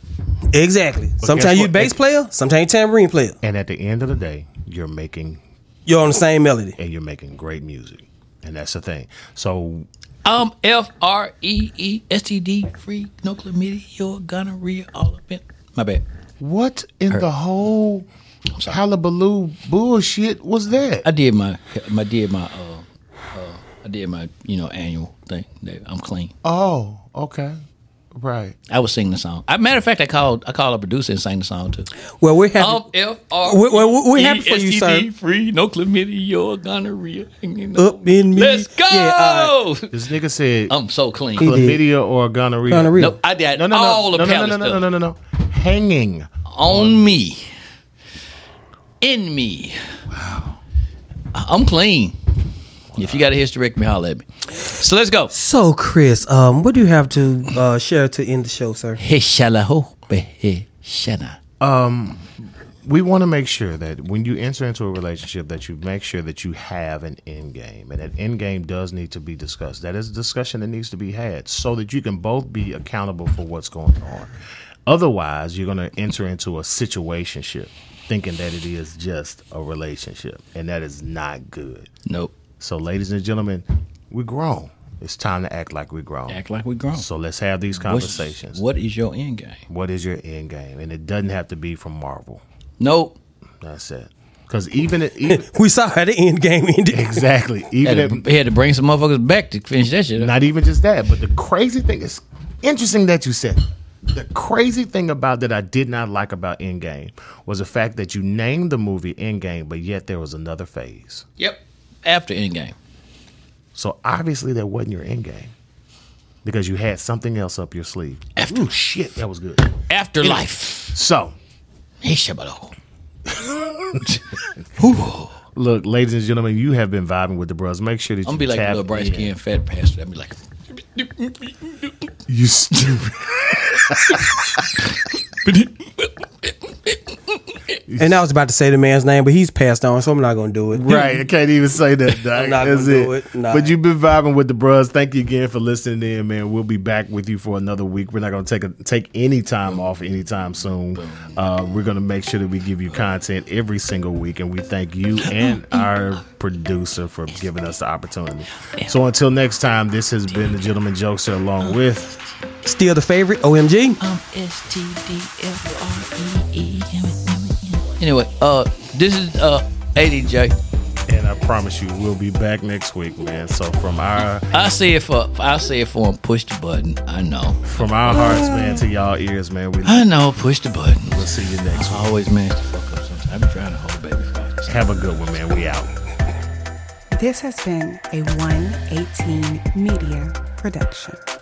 [SPEAKER 2] Exactly.
[SPEAKER 4] guess
[SPEAKER 2] sometimes you
[SPEAKER 4] what?
[SPEAKER 2] bass player. Sometimes you tambourine player.
[SPEAKER 4] And at the end of the day, you're making
[SPEAKER 2] You're on the same melody.
[SPEAKER 4] and you're making great music. And that's the thing. So
[SPEAKER 3] Um, F R E E S T D, free nuclear meteor, gonorrhea, all of it. My bad.
[SPEAKER 4] what in the whole hullabaloo bullshit was that?
[SPEAKER 3] I did my, I did my, uh, uh, I did my, you know, annual thing. That I'm clean.
[SPEAKER 4] oh, okay. Right.
[SPEAKER 3] I was singing the song. I, matter of fact, I called, I called a producer and sang the song too.
[SPEAKER 2] Well, we're happy.
[SPEAKER 3] Um, F R.
[SPEAKER 2] We- we- we- we happy for you,
[SPEAKER 3] E S
[SPEAKER 2] sir.
[SPEAKER 3] T D, Free nuclear meteor, gonorrhea.
[SPEAKER 2] Up in me.
[SPEAKER 3] Let's go.
[SPEAKER 2] Yeah,
[SPEAKER 4] This nigga said
[SPEAKER 3] I'm so clean.
[SPEAKER 4] chlamydia or gonorrhea.
[SPEAKER 2] Gonorrhea.
[SPEAKER 3] Nope, I did
[SPEAKER 4] No, no, no.
[SPEAKER 3] all
[SPEAKER 4] no,
[SPEAKER 3] the
[SPEAKER 4] no,
[SPEAKER 3] palette
[SPEAKER 4] no, no,
[SPEAKER 3] stuff.
[SPEAKER 4] no, no, no, no, no. Hanging.
[SPEAKER 3] on me, in me. Wow. I'm clean. If you got a hysterectomy, holler at me. So let's go.
[SPEAKER 2] So Chris, um, what do you have to uh, share to end the show, sir?
[SPEAKER 4] we want to make sure that when you enter into a relationship that you make sure that you have an end game and that end game does need to be discussed that is a discussion that needs to be had so that you can both be accountable for what's going on otherwise you're going to enter into a situationship thinking that it is just a relationship and that is not good
[SPEAKER 3] Nope.
[SPEAKER 4] so ladies and gentlemen we're grown it's time to act like we're grown
[SPEAKER 3] Act like we grown.
[SPEAKER 4] so let's have these conversations
[SPEAKER 3] What is your end game?
[SPEAKER 4] what is your end game and it doesn't have to be from marvel
[SPEAKER 3] Nope.
[SPEAKER 4] that's it because even, it, even
[SPEAKER 2] We saw how the end game ended.
[SPEAKER 4] Exactly.
[SPEAKER 3] Had
[SPEAKER 4] Even
[SPEAKER 3] to,
[SPEAKER 4] if,
[SPEAKER 3] had to bring some motherfuckers back to finish that shit. Up.
[SPEAKER 4] not even just that, but the crazy thing is interesting that you said. the crazy thing about that I did not like about Endgame was the fact that you named the movie Endgame, but yet there was another phase.
[SPEAKER 3] Yep. After Endgame.
[SPEAKER 4] So obviously that wasn't your Endgame because you had something else up your sleeve. After shit, that was good.
[SPEAKER 3] Afterlife.
[SPEAKER 4] So
[SPEAKER 3] Hey, Shabalo.
[SPEAKER 4] look, ladies and gentlemen, you have been vibing with the bros. Make sure that
[SPEAKER 3] I'm
[SPEAKER 4] you
[SPEAKER 3] gonna be like a
[SPEAKER 4] tap
[SPEAKER 3] little bright
[SPEAKER 4] in.
[SPEAKER 3] skinned fat pastor. I'm be like,
[SPEAKER 4] You stupid.
[SPEAKER 2] And I was about to say the man's name, but he's passed on, so I'm not gonna do it.
[SPEAKER 4] Right, I can't even say that. Doc.
[SPEAKER 2] I'm not
[SPEAKER 4] That's
[SPEAKER 2] gonna
[SPEAKER 4] it.
[SPEAKER 2] do it. Nah.
[SPEAKER 4] But you've been vibing with the bros. Thank you again for listening in, man. We'll be back with you for another week. We're not gonna take a, take any time off anytime soon. Uh, we're gonna make sure that we give you content every single week, and we thank you and our producer for giving us the opportunity. So until next time, this has been the Gentleman Jokester along with.
[SPEAKER 2] Still the favorite, OMG.
[SPEAKER 6] um, S T D F R E E M M N.
[SPEAKER 3] anyway, uh, this is uh, ADJ.
[SPEAKER 4] And I promise you, we'll be back next week, man. So from our
[SPEAKER 3] I'll say it for I'll say it for him. Push the button. I know.
[SPEAKER 4] from our hearts, man, to y'all ears, man. We
[SPEAKER 3] I know. Push the button.
[SPEAKER 4] will see you next
[SPEAKER 3] I
[SPEAKER 4] week.
[SPEAKER 3] always manage to fuck up sometimes. I've been trying to hold baby fat.
[SPEAKER 4] Have a good one, man. We out.
[SPEAKER 5] This has been a 118 Media production.